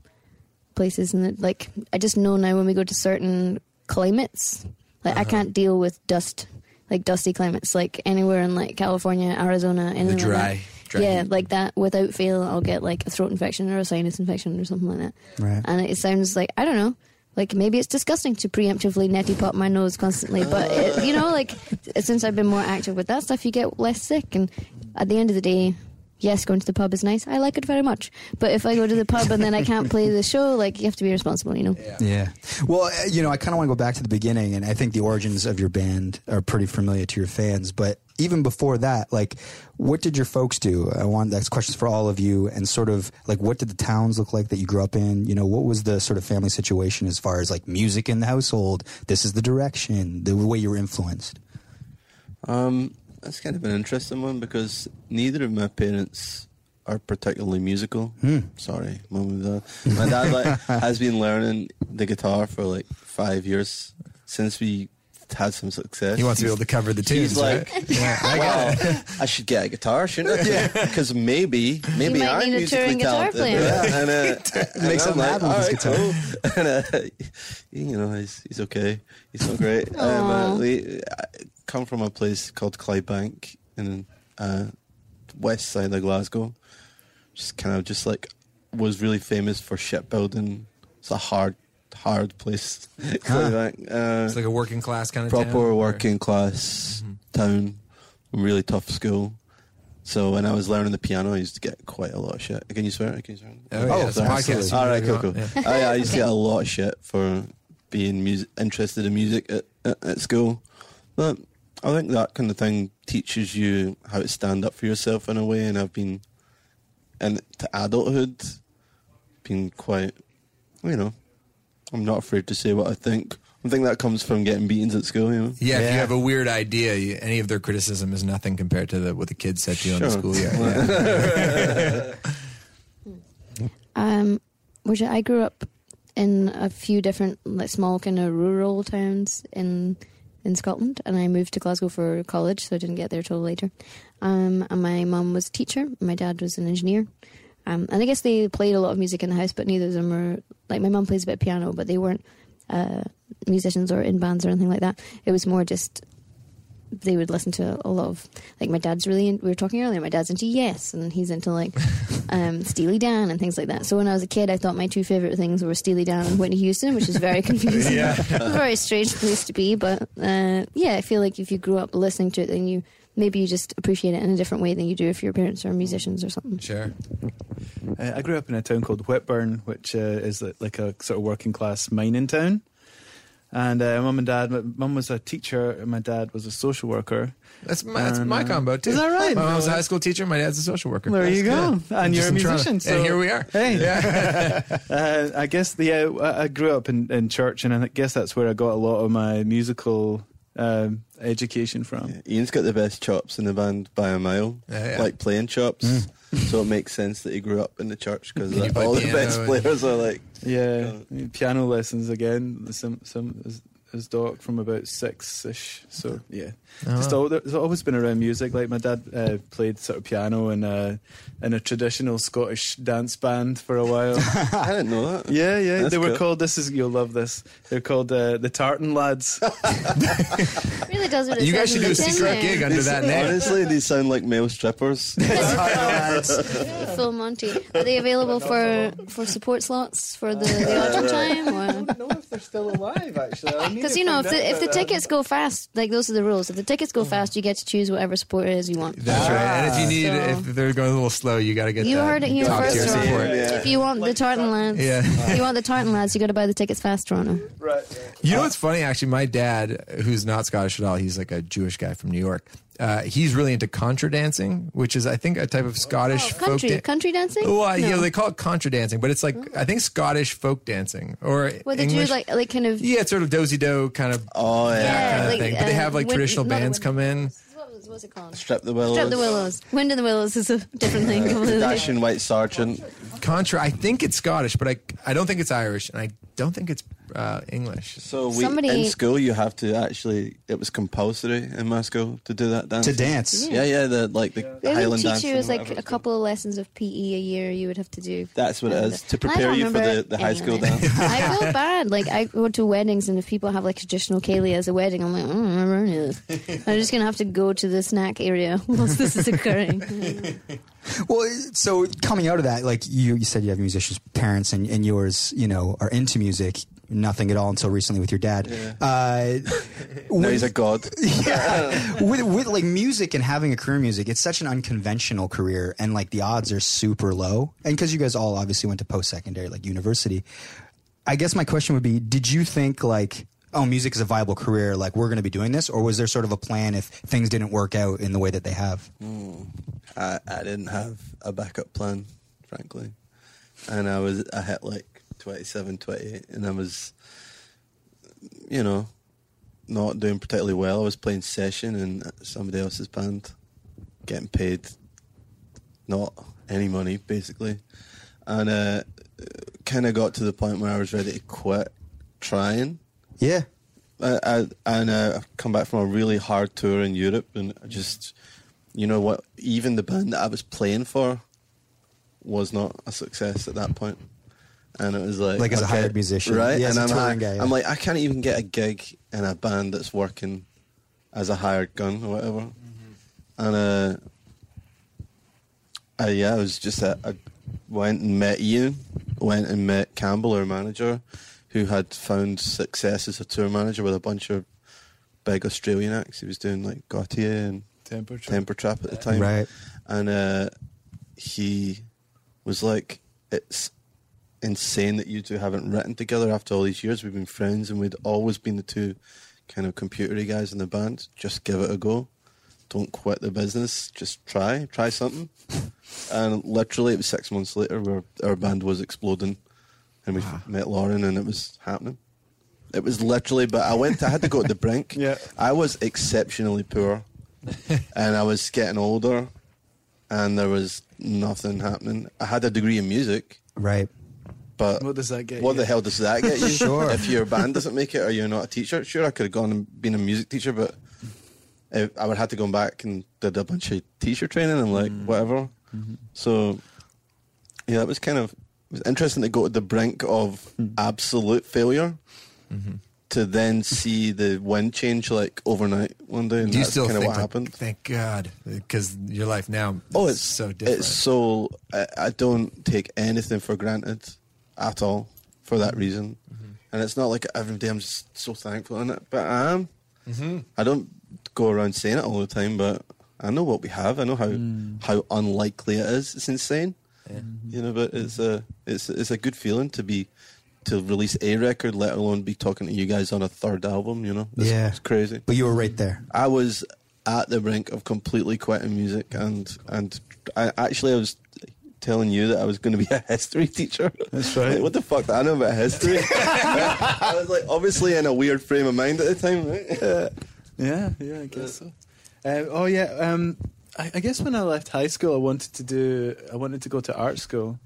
Speaker 7: places. And it, like, I just know now when we go to certain climates, like
Speaker 2: Uh-huh.
Speaker 7: I can't deal with dust, like dusty climates, like anywhere in like California, Arizona, anywhere like
Speaker 2: dry-
Speaker 7: that.
Speaker 2: dry
Speaker 7: yeah,
Speaker 2: heat.
Speaker 7: like that. Without fail, I'll get like a throat infection or a sinus infection or something like that.
Speaker 1: Right.
Speaker 7: And it sounds like I don't know. Like maybe it's disgusting to preemptively neti pop my nose constantly, but it, you know, like since I've been more active with that stuff, you get less sick, and at the end of the day, yes, going to the pub is nice. I like it very much. But if I go to the pub and then I can't play the show, like you have to be responsible, you know.
Speaker 1: Yeah. Well, uh, you know, I kind of want to go back to the beginning, and I think the origins of your band are pretty familiar to your fans. But even before that, like, what did your folks do? I want that's questions for all of you, and sort of like, what did the towns look like that you grew up in? You know, what was the sort of family situation as far as like music in the household? This is the direction, the way you were influenced.
Speaker 6: Um, that's kind of an interesting one because neither of my parents are particularly musical.
Speaker 2: Hmm.
Speaker 6: Sorry, mum and dad. My dad like
Speaker 2: [laughs]
Speaker 6: has been learning the guitar for like five years since we had some success.
Speaker 2: He wants to be able to cover the tunes.
Speaker 6: He's like,
Speaker 2: right?
Speaker 6: wow, I should get a guitar, shouldn't I? [laughs] Because maybe, maybe
Speaker 7: might
Speaker 6: I'm
Speaker 7: need a
Speaker 6: musically
Speaker 7: touring guitar
Speaker 6: talented.
Speaker 7: player.
Speaker 6: Yeah, and, uh, and
Speaker 1: Make
Speaker 6: I'm
Speaker 1: something happen with
Speaker 6: "All
Speaker 1: his
Speaker 6: right, cool." [laughs] and, uh, you know, he's, he's okay. He's not
Speaker 7: [laughs]
Speaker 6: great. um, uh,
Speaker 7: Aw.
Speaker 6: we I come from a place called Clydebank in uh, west side of Glasgow. Just kind of just like was really famous for shipbuilding. It's a hard, hard place. [laughs] Clydebank. Uh,
Speaker 2: It's like a working class kind of town, Mm-hmm.
Speaker 6: proper
Speaker 2: or-
Speaker 6: working class town, really tough school. So when I was learning the piano, I used to get quite a lot of shit. Can you swear? Can you swear?
Speaker 2: Oh, yeah, it's a
Speaker 1: absolutely.
Speaker 2: podcast.
Speaker 6: All right, cool,
Speaker 2: Whatever you
Speaker 6: cool.
Speaker 2: want, yeah.
Speaker 6: I, I used to get a lot of shit for being music, interested in music at, at, at school. But I think that kind of thing teaches you how to stand up for yourself in a way. And I've been, and to adulthood, been quite, you know, I'm not afraid to say what I think. I think that comes from getting beatings at school, you know.
Speaker 2: Yeah, if you have a weird idea, you, any of their criticism is nothing compared to the, what the kids said to you in the
Speaker 6: Sure.
Speaker 2: school [laughs] year. Yeah.
Speaker 7: Um, which I grew up in a few different like small kind of rural towns in in Scotland, and I moved to Glasgow for college, so I didn't get there till later. Um, and my mum was a teacher, and my dad was an engineer. Um, and I guess they played a lot of music in the house, but neither of them were like my mum plays a bit of piano, but they weren't uh, musicians or in bands or anything like that. It was more just they would listen to a lot of like my dad's really in, we were talking earlier my dad's into yes and he's
Speaker 2: [laughs]
Speaker 7: into like um, steely dan and things like that so when i was a kid i thought my two favorite things were steely dan and whitney houston which
Speaker 2: [laughs]
Speaker 7: is very confusing a [laughs] very strange place to be but uh, yeah i feel like if you grew up listening to it then you maybe you just appreciate it in a different way than you do if your parents are musicians or something
Speaker 2: Sure.
Speaker 8: Uh, I grew up in a town called Whitburn, which uh, is li- like a sort of working class mining town. And uh, mum and dad, my mum was a teacher, and my dad was a social worker. uh,
Speaker 2: That's my, that's my combo, too.
Speaker 8: Is that right?
Speaker 2: My mom's a
Speaker 8: No.
Speaker 2: high school teacher. My dad's a social worker.
Speaker 8: There you go.
Speaker 2: good.
Speaker 8: And you're
Speaker 2: Just
Speaker 8: a
Speaker 2: in Toronto.
Speaker 8: musician, so-
Speaker 2: And here we are.
Speaker 8: Hey.
Speaker 2: Yeah.
Speaker 8: Uh, I guess the uh, I- I grew up in, in church, and I guess that's where I got a lot of my musical um, education from.
Speaker 6: Ian's got the best chops in the band by a mile,
Speaker 2: Yeah, yeah.
Speaker 6: like playing chops. So it makes sense that he grew up in the church because
Speaker 2: [laughs] you play
Speaker 6: all the
Speaker 2: piano
Speaker 6: best
Speaker 2: and-
Speaker 6: players are like.
Speaker 8: Yeah, piano lessons again. Some some as, as doc from about six ish. So yeah,
Speaker 6: Oh,
Speaker 8: just all, there's always been around music. Like my dad uh, played sort of piano in a in a traditional Scottish dance band for
Speaker 6: [laughs]
Speaker 8: a while.
Speaker 6: I didn't know that.
Speaker 8: [laughs] Yeah, yeah,
Speaker 6: That's
Speaker 8: they were
Speaker 6: cool.
Speaker 8: called. This is you'll love this. They're called uh, the Tartan [laughs] Lads.
Speaker 7: It really does what it
Speaker 2: You guys
Speaker 7: says
Speaker 2: should
Speaker 7: on
Speaker 2: do a
Speaker 7: the tin
Speaker 2: secret
Speaker 7: there.
Speaker 2: gig under that name.
Speaker 6: Honestly, these sound like male strippers.
Speaker 7: [laughs] full monty are they available for for support slots for the, the
Speaker 2: [laughs]
Speaker 7: autumn time or
Speaker 8: know if they're still alive.
Speaker 7: [laughs]
Speaker 8: Actually,
Speaker 7: Because you know, if the, if the tickets go fast, like those are the rules. If the tickets go fast, you get to choose whatever sport it is you want.
Speaker 2: That's right. And if you need,
Speaker 7: So-
Speaker 2: if they're going a little slow, you got to get
Speaker 7: You
Speaker 2: that
Speaker 7: heard it here
Speaker 2: top-tier
Speaker 7: first, Ron.
Speaker 2: support.
Speaker 6: Yeah.
Speaker 7: If you want the tartan lads,
Speaker 2: Yeah.
Speaker 7: if you want the tartan lads, you got to buy the tickets fast, Toronto.
Speaker 2: You know what's funny? Actually, my dad, who's not Scottish at all, he's like a Jewish guy from New York. Uh, he's really into contra dancing, which is, I think, a type of Scottish folk
Speaker 7: Oh, Country,
Speaker 2: dan-
Speaker 7: country dancing.
Speaker 2: Well, yeah,
Speaker 7: No.
Speaker 2: they call it contra dancing, but it's like I think Scottish folk dancing or
Speaker 7: Well, the
Speaker 2: English.
Speaker 7: Jews like like kind of
Speaker 2: yeah, it's sort of dozy do kind of
Speaker 6: oh yeah,
Speaker 2: kind
Speaker 7: yeah,
Speaker 2: of
Speaker 7: like,
Speaker 2: thing. But they
Speaker 7: uh,
Speaker 2: have like
Speaker 7: wind-
Speaker 2: traditional
Speaker 7: not
Speaker 2: bands
Speaker 7: wind-
Speaker 2: come in.
Speaker 7: What was, what's it called?
Speaker 6: strip the willows.
Speaker 7: Strip the willows. Wind in the willows is a different thing.
Speaker 6: The
Speaker 7: completely.
Speaker 6: dashing white sergeant.
Speaker 2: Contra, I think it's Scottish, but I I don't think it's Irish, and I don't think it's uh, English.
Speaker 6: So we
Speaker 7: Somebody-
Speaker 6: in school, you have to actually. It was compulsory in my school to do that dance.
Speaker 1: To dance.
Speaker 6: Yeah, yeah. The like the
Speaker 7: They would
Speaker 6: Highland
Speaker 7: teach
Speaker 6: dance.
Speaker 7: you as like a couple of lessons of PE a year you would have to do.
Speaker 6: That's what it is, to
Speaker 7: And I don't
Speaker 6: prepare you for
Speaker 7: remember
Speaker 6: the- the high
Speaker 7: any of
Speaker 6: school
Speaker 7: it.
Speaker 6: dance. [laughs]
Speaker 7: I feel bad. Like I go to weddings and if people have like traditional Kaylee as a wedding, I'm like, "Mm, I don't remember any of this. I'm just gonna have to go to the snack area [laughs] whilst this is
Speaker 6: [laughs]
Speaker 7: occurring.
Speaker 1: Well, so coming out of that, like you, you said, you have musicians' parents and, and yours, you know, are into music. nothing at all until recently with your dad. Uh,
Speaker 6: [laughs] Now
Speaker 1: with-
Speaker 6: he's a god.
Speaker 1: yeah. with, with like music and having a career in music, it's such an unconventional career, and like the odds are super low. And because you guys all obviously went to post secondary, like university, I guess my question would be: Did you think like, oh, music is a viable career? Like we're going to be doing this, or was there sort of a plan if things didn't work out in the way that they have?
Speaker 6: I, I didn't have a backup plan, frankly. And I was I hit like 27, 28, and I was, you know, not doing particularly well. I was playing session in somebody else's band, getting paid not any money, basically. And uh, kind of got to the point where I was ready to quit trying.
Speaker 1: Yeah,
Speaker 6: I, I, and uh, I've come back from a really hard tour in Europe, and I just, you know what? Even the band that I was playing for was not a success at that point, and it was like
Speaker 1: Like as a hired musician.
Speaker 6: right?
Speaker 1: Yeah, as
Speaker 6: and
Speaker 1: a
Speaker 6: I'm,
Speaker 1: touring
Speaker 6: I-
Speaker 1: guy, yeah.
Speaker 6: I'm like, I can't even get a gig in a band that's working as a hired gun or whatever, and uh, uh, yeah, I was just at, I went and met Ian, went and met Campbell, our manager, who had found success as a tour manager with a bunch of big Australian acts. He was doing like Gautier and
Speaker 8: Temper Trap.
Speaker 6: Temper Trap at the time,
Speaker 1: Right.
Speaker 6: And uh, he was like, "It's insane that you two haven't written together after all these years. We've been friends, and we'd always been the two kind of computery guys in the band. Just give it a go. Don't quit the business. Just try, try something." And literally, it was six months later where our band was exploding, and we met Lauren, and it was happening. It was literally, but I went. I had to go to the brink.
Speaker 8: Yeah.
Speaker 6: I was exceptionally poor, and I was getting older, and there was nothing happening. I had a degree in music,
Speaker 1: right.
Speaker 6: but
Speaker 8: What does that get
Speaker 6: What
Speaker 8: you?
Speaker 6: the hell does
Speaker 2: [laughs]
Speaker 6: that get you?
Speaker 1: Sure.
Speaker 6: If your band doesn't make it, or you're not a teacher, sure, I could have gone and been a music teacher, but if, I would have to go back and did a bunch of teacher training and like
Speaker 8: Mm.
Speaker 6: whatever.
Speaker 8: Mm-hmm.
Speaker 6: So, yeah, that was kind of it was interesting to go to the brink of
Speaker 8: Mm.
Speaker 6: absolute failure.
Speaker 8: Mm-hmm.
Speaker 6: To then see the wind change like overnight one day, and
Speaker 2: Do you
Speaker 6: that's
Speaker 2: still
Speaker 6: kind
Speaker 2: think
Speaker 6: of what
Speaker 2: like,
Speaker 6: happened.
Speaker 2: Thank God, because your life now.
Speaker 6: Oh,
Speaker 2: is
Speaker 6: it's
Speaker 2: so different.
Speaker 6: It's so I, I don't take anything for granted at all for that reason, and it's not like every day I'm just so thankful in it, but I am. I don't go around saying it all the time, but I know what we have. I know how how unlikely it is. It's insane, you know. But it's a it's it's a good feeling to be to release a record, let alone be talking to you guys on a third album. You know, it's,
Speaker 1: Yeah.
Speaker 6: it's crazy.
Speaker 1: But you were right there.
Speaker 6: I was at the brink of completely quitting music, and and I actually I was telling you that I was going to be a [laughs] history teacher.
Speaker 8: That's right.
Speaker 6: Like, what the fuck? do I know about history. [laughs] I was like, obviously in a weird frame of mind at the time. Right?
Speaker 8: Yeah, yeah, I guess so. Um, oh yeah, um, I, I guess when I left high school, I wanted to do, I wanted to go to art school,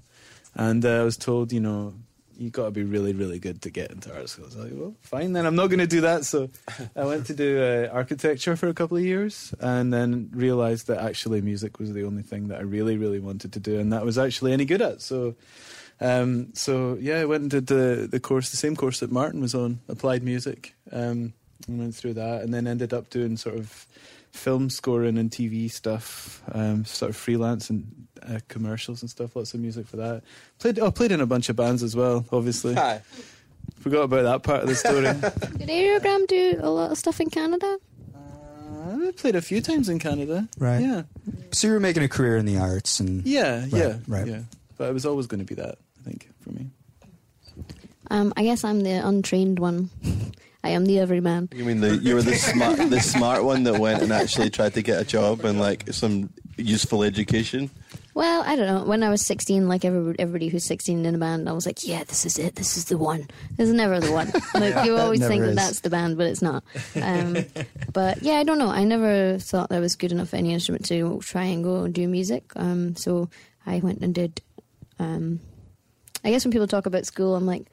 Speaker 8: and uh, I was told, you know, you got to be really, really good to get into art school. So I was like, well, fine then, I'm not going to do that. So I went to do uh, architecture for a couple of years, and then realized that actually music was the only thing that I really, really wanted to do, and that was actually any good at. So. Um, so yeah, I went and did the, the course, the same course that Martin was on, applied music, um, and went through that, and then ended up doing sort of film scoring and TV stuff, um, sort of freelance and uh, commercials and stuff. Lots of music for that. Played, oh, played in a bunch of bands as well. Obviously, forgot about that part of the [laughs] story.
Speaker 7: Did Aerogram do a lot of stuff in Canada?
Speaker 8: uh, I played a few times in Canada.
Speaker 1: Right.
Speaker 8: Yeah.
Speaker 1: So you were making a career in the arts, and
Speaker 8: Yeah. yeah.
Speaker 1: right.
Speaker 8: Yeah. But it was always going to be that. I think for me.
Speaker 7: Um, I guess I'm the untrained one. [laughs] I am the everyman.
Speaker 6: You mean the, you were the smart the smart one that went and actually tried to get a job and like some useful education?
Speaker 7: Well, I don't know. When I was 16, like everybody, everybody who's 16 in a band, I was like, yeah, this is it. This is the one. There's never
Speaker 1: [laughs]
Speaker 7: the one. Like, you always
Speaker 1: Never
Speaker 7: think
Speaker 1: is.
Speaker 7: that that's the band, but it's not. Um, but yeah, I don't know. I never thought I was good enough at any instrument to try and go and do music. Um, so I went and did. Um, I guess when people talk about school, I'm like,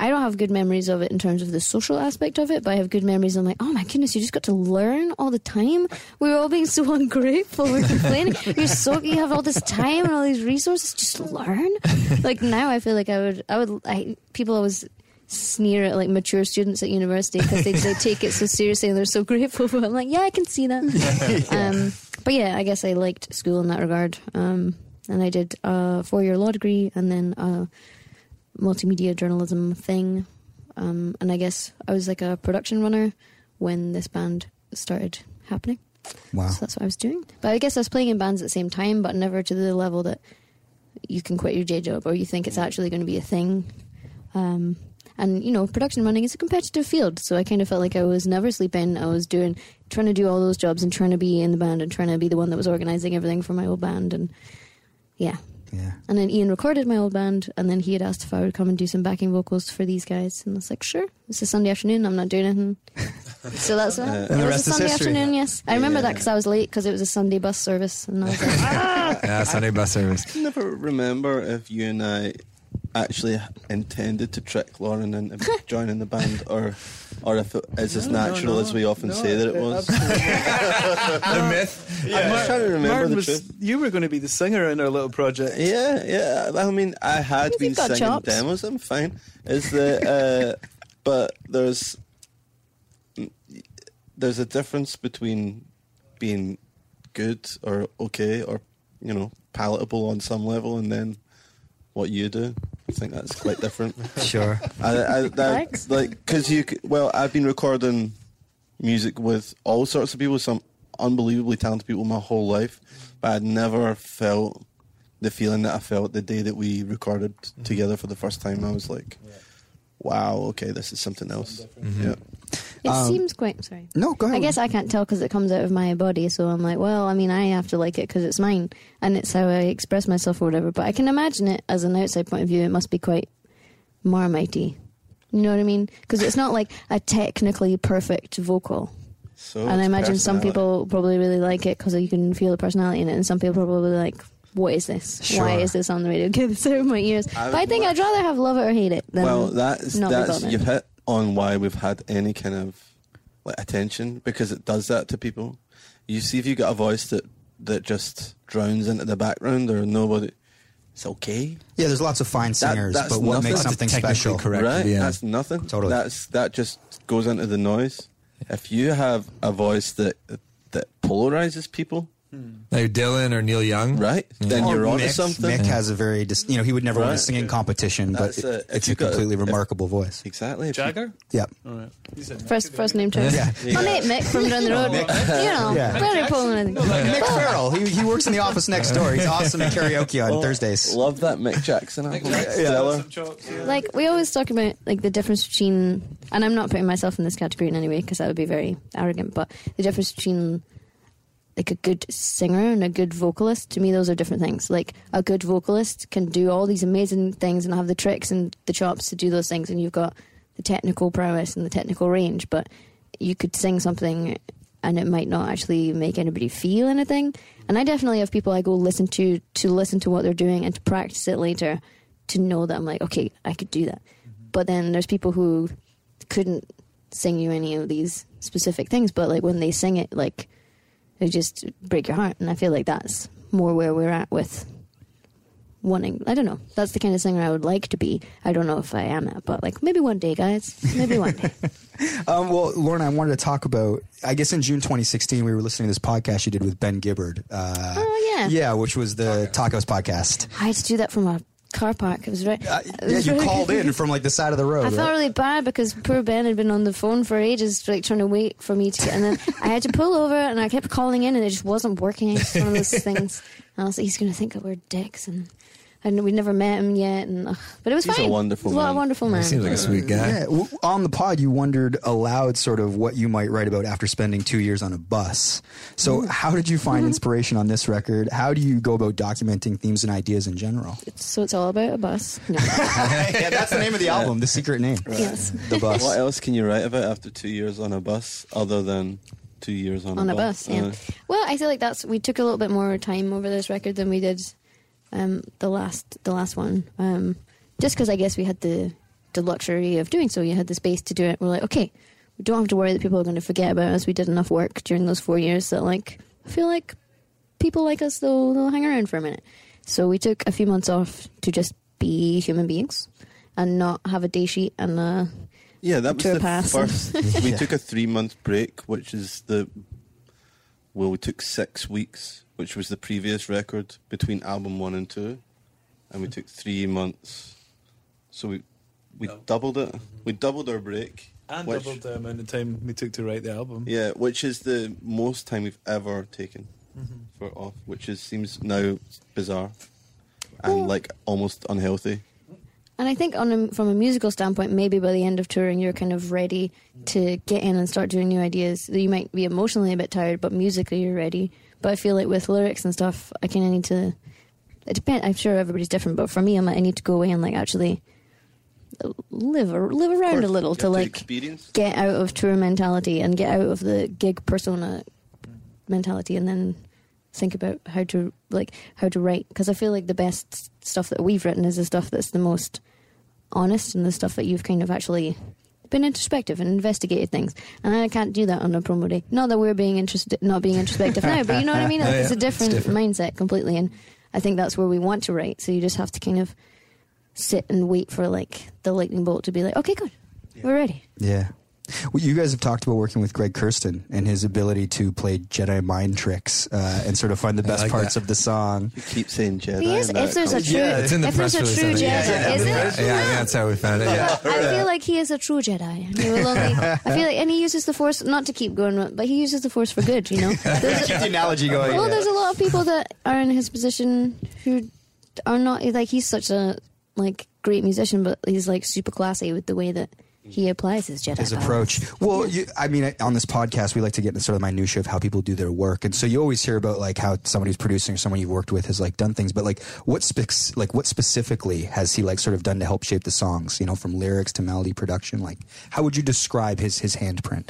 Speaker 7: I don't have good memories of it in terms of the social aspect of it, but I have good memories. I'm like, oh my goodness, you just got to learn all the time. We were all being so [laughs] ungrateful. We're complaining. You're so you have all this time and all these resources. Just learn. Like now, I feel like I would, I would, I people always sneer at like mature students at university because they, they take it so seriously and they're so grateful. But I'm like, yeah, I can see that. Um, but yeah, I guess I liked school in that regard. Um, and I did a four year law degree and then. Uh, multimedia journalism thing Um, and I guess I was like a production runner when this band started happening.
Speaker 1: Wow.
Speaker 7: So that's what I was doing. But I guess I was playing in bands at the same time, but never to the level that you can quit your day job or you think it's actually going to be a thing. Um, and you know, production running is a competitive field, so I kind of felt like I was never sleeping. I was doing, trying to do all those jobs and trying to be in the band and trying to be the one that was organizing everything for my old band. And yeah,
Speaker 1: Yeah.
Speaker 7: and then Ian recorded my old band, and then he had asked if I would come and do some backing vocals for these guys, and I was like, sure. It's a Sunday afternoon. I'm not doing anything. so that's that. it
Speaker 1: the
Speaker 7: was
Speaker 1: rest
Speaker 7: a
Speaker 1: is
Speaker 7: Sunday
Speaker 1: history.
Speaker 7: afternoon. Yes, I remember
Speaker 6: Yeah.
Speaker 7: that 'cause that because I was late because it was a Sunday bus service, and I was like,
Speaker 2: Yeah, Sunday bus
Speaker 6: [laughs]
Speaker 2: service.
Speaker 6: I never remember if you and I actually intended to trick Lauren into joining the band or or if it is as natural as we often say that it was.
Speaker 2: The
Speaker 6: Um,
Speaker 2: myth.
Speaker 6: [laughs] I'm just trying to remember
Speaker 8: Martin
Speaker 6: the
Speaker 8: was,
Speaker 6: truth.
Speaker 8: You were going to be the singer in our little project.
Speaker 6: Yeah, yeah. I mean, I had
Speaker 7: You've
Speaker 6: been
Speaker 7: got
Speaker 6: singing
Speaker 7: chops.
Speaker 6: demos. I'm fine. Is the uh, [laughs] but there's there's a difference between being good or okay or you know palatable on some level and then what you do. I think that's quite different.
Speaker 1: Sure.
Speaker 7: [laughs]
Speaker 6: I, I, that,
Speaker 7: Thanks.
Speaker 6: like because you c- well i've been recording music with all sorts of people some unbelievably talented people my whole life but i'd never felt the feeling that i felt the day that we recorded together for the first time i was like wow okay this is something else yeah
Speaker 7: it seems quite. Sorry.
Speaker 1: Um, No, go ahead.
Speaker 7: I guess I can't tell because it comes out of my body, so I'm like, well, I mean, I have to like it because it's mine and it's how I express myself or whatever. But I can imagine it as an outside point of view. It must be quite marmitey. You know what I mean? Because it's not like a technically perfect vocal.
Speaker 6: so
Speaker 7: and I
Speaker 6: Oh, it's
Speaker 7: imagine some
Speaker 6: personality.
Speaker 7: people probably really like it because you can feel the personality in it, and some people probably like, what is this? Why
Speaker 1: Sure.
Speaker 7: is this on the radio? [laughs] Get this out of my ears.
Speaker 6: I
Speaker 7: but I
Speaker 6: would
Speaker 7: think
Speaker 6: like-
Speaker 7: I'd rather have love it or hate it than
Speaker 6: well that's
Speaker 7: not be
Speaker 6: that's
Speaker 7: bothered.
Speaker 6: you've hit on why we've had any kind of like attention because it does that to people you see if you got a voice that that just drowns into the background or nobody it's okay
Speaker 1: Yeah, there's lots of fine singers,
Speaker 6: that's
Speaker 1: but what
Speaker 6: nothing-
Speaker 1: makes
Speaker 6: That's
Speaker 1: something
Speaker 2: technically
Speaker 1: special?
Speaker 2: correct.
Speaker 6: right
Speaker 2: yeah.
Speaker 6: that's nothing
Speaker 1: Totally.
Speaker 6: that's that just goes into the noise if you have a voice that that polarizes people
Speaker 2: Like Dylan or Neil Young.
Speaker 6: right then
Speaker 1: Or
Speaker 6: you're onto
Speaker 1: Mick.
Speaker 6: something
Speaker 1: Mick has a very, dis- you know, he would never win a
Speaker 6: Right.
Speaker 1: singing competition, but
Speaker 6: That's, uh,
Speaker 1: it-
Speaker 6: if
Speaker 1: it's a
Speaker 6: you got-
Speaker 1: completely
Speaker 6: if-
Speaker 1: remarkable voice.
Speaker 6: exactly If you- Mm.
Speaker 9: Jagger?
Speaker 1: Yep.
Speaker 7: First, first name check.
Speaker 1: Yeah.
Speaker 7: [laughs] My mate Mick from down the road. You
Speaker 6: [laughs]
Speaker 7: know,
Speaker 1: Yeah.
Speaker 7: very pulling.
Speaker 1: Mick Farrell, he, he works in the office next door. He's awesome at karaoke on
Speaker 6: Oh,
Speaker 1: Thursdays.
Speaker 6: love that Mick
Speaker 1: [laughs]
Speaker 6: Jackson album. Stellar.
Speaker 7: Like we always talk about, like the difference between, and I'm not putting myself in this category in any way because that would be very arrogant. But the difference between like a good singer and a good vocalist, to me, those are different things. Like a good vocalist can do all these amazing things and have the tricks and the chops to do those things, and you've got the technical prowess and the technical range. But you could sing something and it might not actually make anybody feel anything. And I definitely have people I go listen to to listen to what they're doing and to practice it later to know that I'm like, okay, I could do that. But then there's people who couldn't sing you any of these specific things, but like when they sing it, like they just break your heart. And I feel like that's more where we're at with wanting. I don't know. That's the kind of singer I would like to be. I don't know if I am that, but like maybe one day, guys. Maybe one
Speaker 1: [laughs]
Speaker 7: day.
Speaker 1: Um, well, Lauren, I wanted to talk about. I guess in June 2016, we were listening to this podcast you did with Ben Gibbard. Uh,
Speaker 7: Oh, yeah.
Speaker 1: yeah, which was the Tacos, podcast.
Speaker 7: I had to do that from a car park. It was right.
Speaker 1: Uh, yeah, you called in from like the side of the road.
Speaker 7: I felt
Speaker 1: right?
Speaker 7: really bad because poor Ben had been on the phone for ages, like trying to wait for me to get. And then I had to pull over, and I kept calling in, and it just wasn't working. It's one of
Speaker 1: [laughs]
Speaker 7: those things. And I was like, he's going to think that we're dicks, and and we never met him yet. And ugh. but it was
Speaker 6: He's a
Speaker 7: fine.
Speaker 6: wonderful
Speaker 7: what a
Speaker 6: man.
Speaker 7: wonderful man.
Speaker 2: Seems like a sweet guy.
Speaker 1: Yeah, w- on the pod, you wondered aloud sort of what you might write about after spending two years on a bus. So, how did you find inspiration on this record? How do you go about documenting themes and ideas in general?
Speaker 7: so it's all about a bus. No.
Speaker 1: [laughs] yeah, that's the name of the album, The Secret Name.
Speaker 7: yes,
Speaker 1: The bus.
Speaker 8: [laughs]
Speaker 6: What else can you write about after two years on a bus other than two years on, Uh,
Speaker 7: on a bus. Yeah. Well, I feel like that's we took a little bit more time over this record than we did um, the last the last one. Um, just because I guess we had the the luxury of doing so, you had the space to do it. We're like, okay, we don't have to worry that people are going to forget about us. We did enough work during those four years that like I feel like people like us they'll, they'll hang around for a minute. So we took a few months off to just be human beings and not have a day sheet and a
Speaker 6: Yeah, that was
Speaker 7: To a
Speaker 6: the
Speaker 7: pass. [laughs]
Speaker 6: first. We took a three month break, which is the. Well, we took six weeks, which was the previous record between album one and two, and we took three months. So we we doubled it. We doubled our break.
Speaker 8: Mm-hmm. And
Speaker 6: which-
Speaker 8: doubled the amount of time we took to write the album.
Speaker 6: Yeah, which is the most time we've ever taken for off, which is seems now bizarre and like almost unhealthy.
Speaker 7: And I think on a, from a musical standpoint, maybe by the end of touring, you're kind of ready to get in and start doing new ideas. You might be emotionally a bit tired, but musically you're ready. But I feel like with lyrics and stuff, I kind of need to. It depends. I'm sure everybody's different, but for me, I'm like, I need to go away and like actually live ar- live around a
Speaker 6: course,
Speaker 7: little
Speaker 6: you
Speaker 7: to
Speaker 6: have to
Speaker 7: like
Speaker 6: experience.
Speaker 7: get out of tour mentality and get out of the gig persona mentality, and then think about how to like how to write because I feel like the best stuff that we've written is the stuff that's the most honest and the stuff that you've kind of actually been introspective and investigated things. And I can't do that on a promo day. Not that we're being interested, not being introspective now, but you know what I mean. Like, It's a different, mindset completely, and I think that's where we want to write. So you just have to kind of sit and wait for like the lightning bolt to be like, okay, good, we're ready.
Speaker 1: Yeah. Well, you guys have talked about working with Greg Kirsten and his ability to play Jedi mind tricks uh, and sort of find the best
Speaker 3: like
Speaker 1: parts
Speaker 3: that.
Speaker 1: of the song.
Speaker 6: Keep saying Jedi.
Speaker 7: But yes,
Speaker 6: and that
Speaker 7: if there's a
Speaker 6: comes-
Speaker 7: true,
Speaker 2: Yeah, it's in the
Speaker 7: if
Speaker 2: press
Speaker 7: there's a
Speaker 2: release.
Speaker 7: true Jedi,
Speaker 2: I think.
Speaker 7: is it?
Speaker 2: Yeah, I think that's how we found it. Yeah.
Speaker 7: I feel like he is a true Jedi. And he will only, I feel like, and he uses the Force not to keep going, but he uses the Force for good. You know, There's-
Speaker 1: the analogy going.
Speaker 7: well, there's a lot of people that are in his position who are not like he's such a like great musician, but he's like super classy with the way that he applies his Jedi
Speaker 1: his
Speaker 7: powers.
Speaker 1: approach. Well, you, I mean, on this podcast, we like to get into sort of minutia of how people do their work, and so you always hear about like how somebody who's producing or someone you've worked with has like done things, but like what specs, like what specifically has he like sort of done to help shape the songs? You know, from lyrics to melody production. Like, how would you describe his his handprint?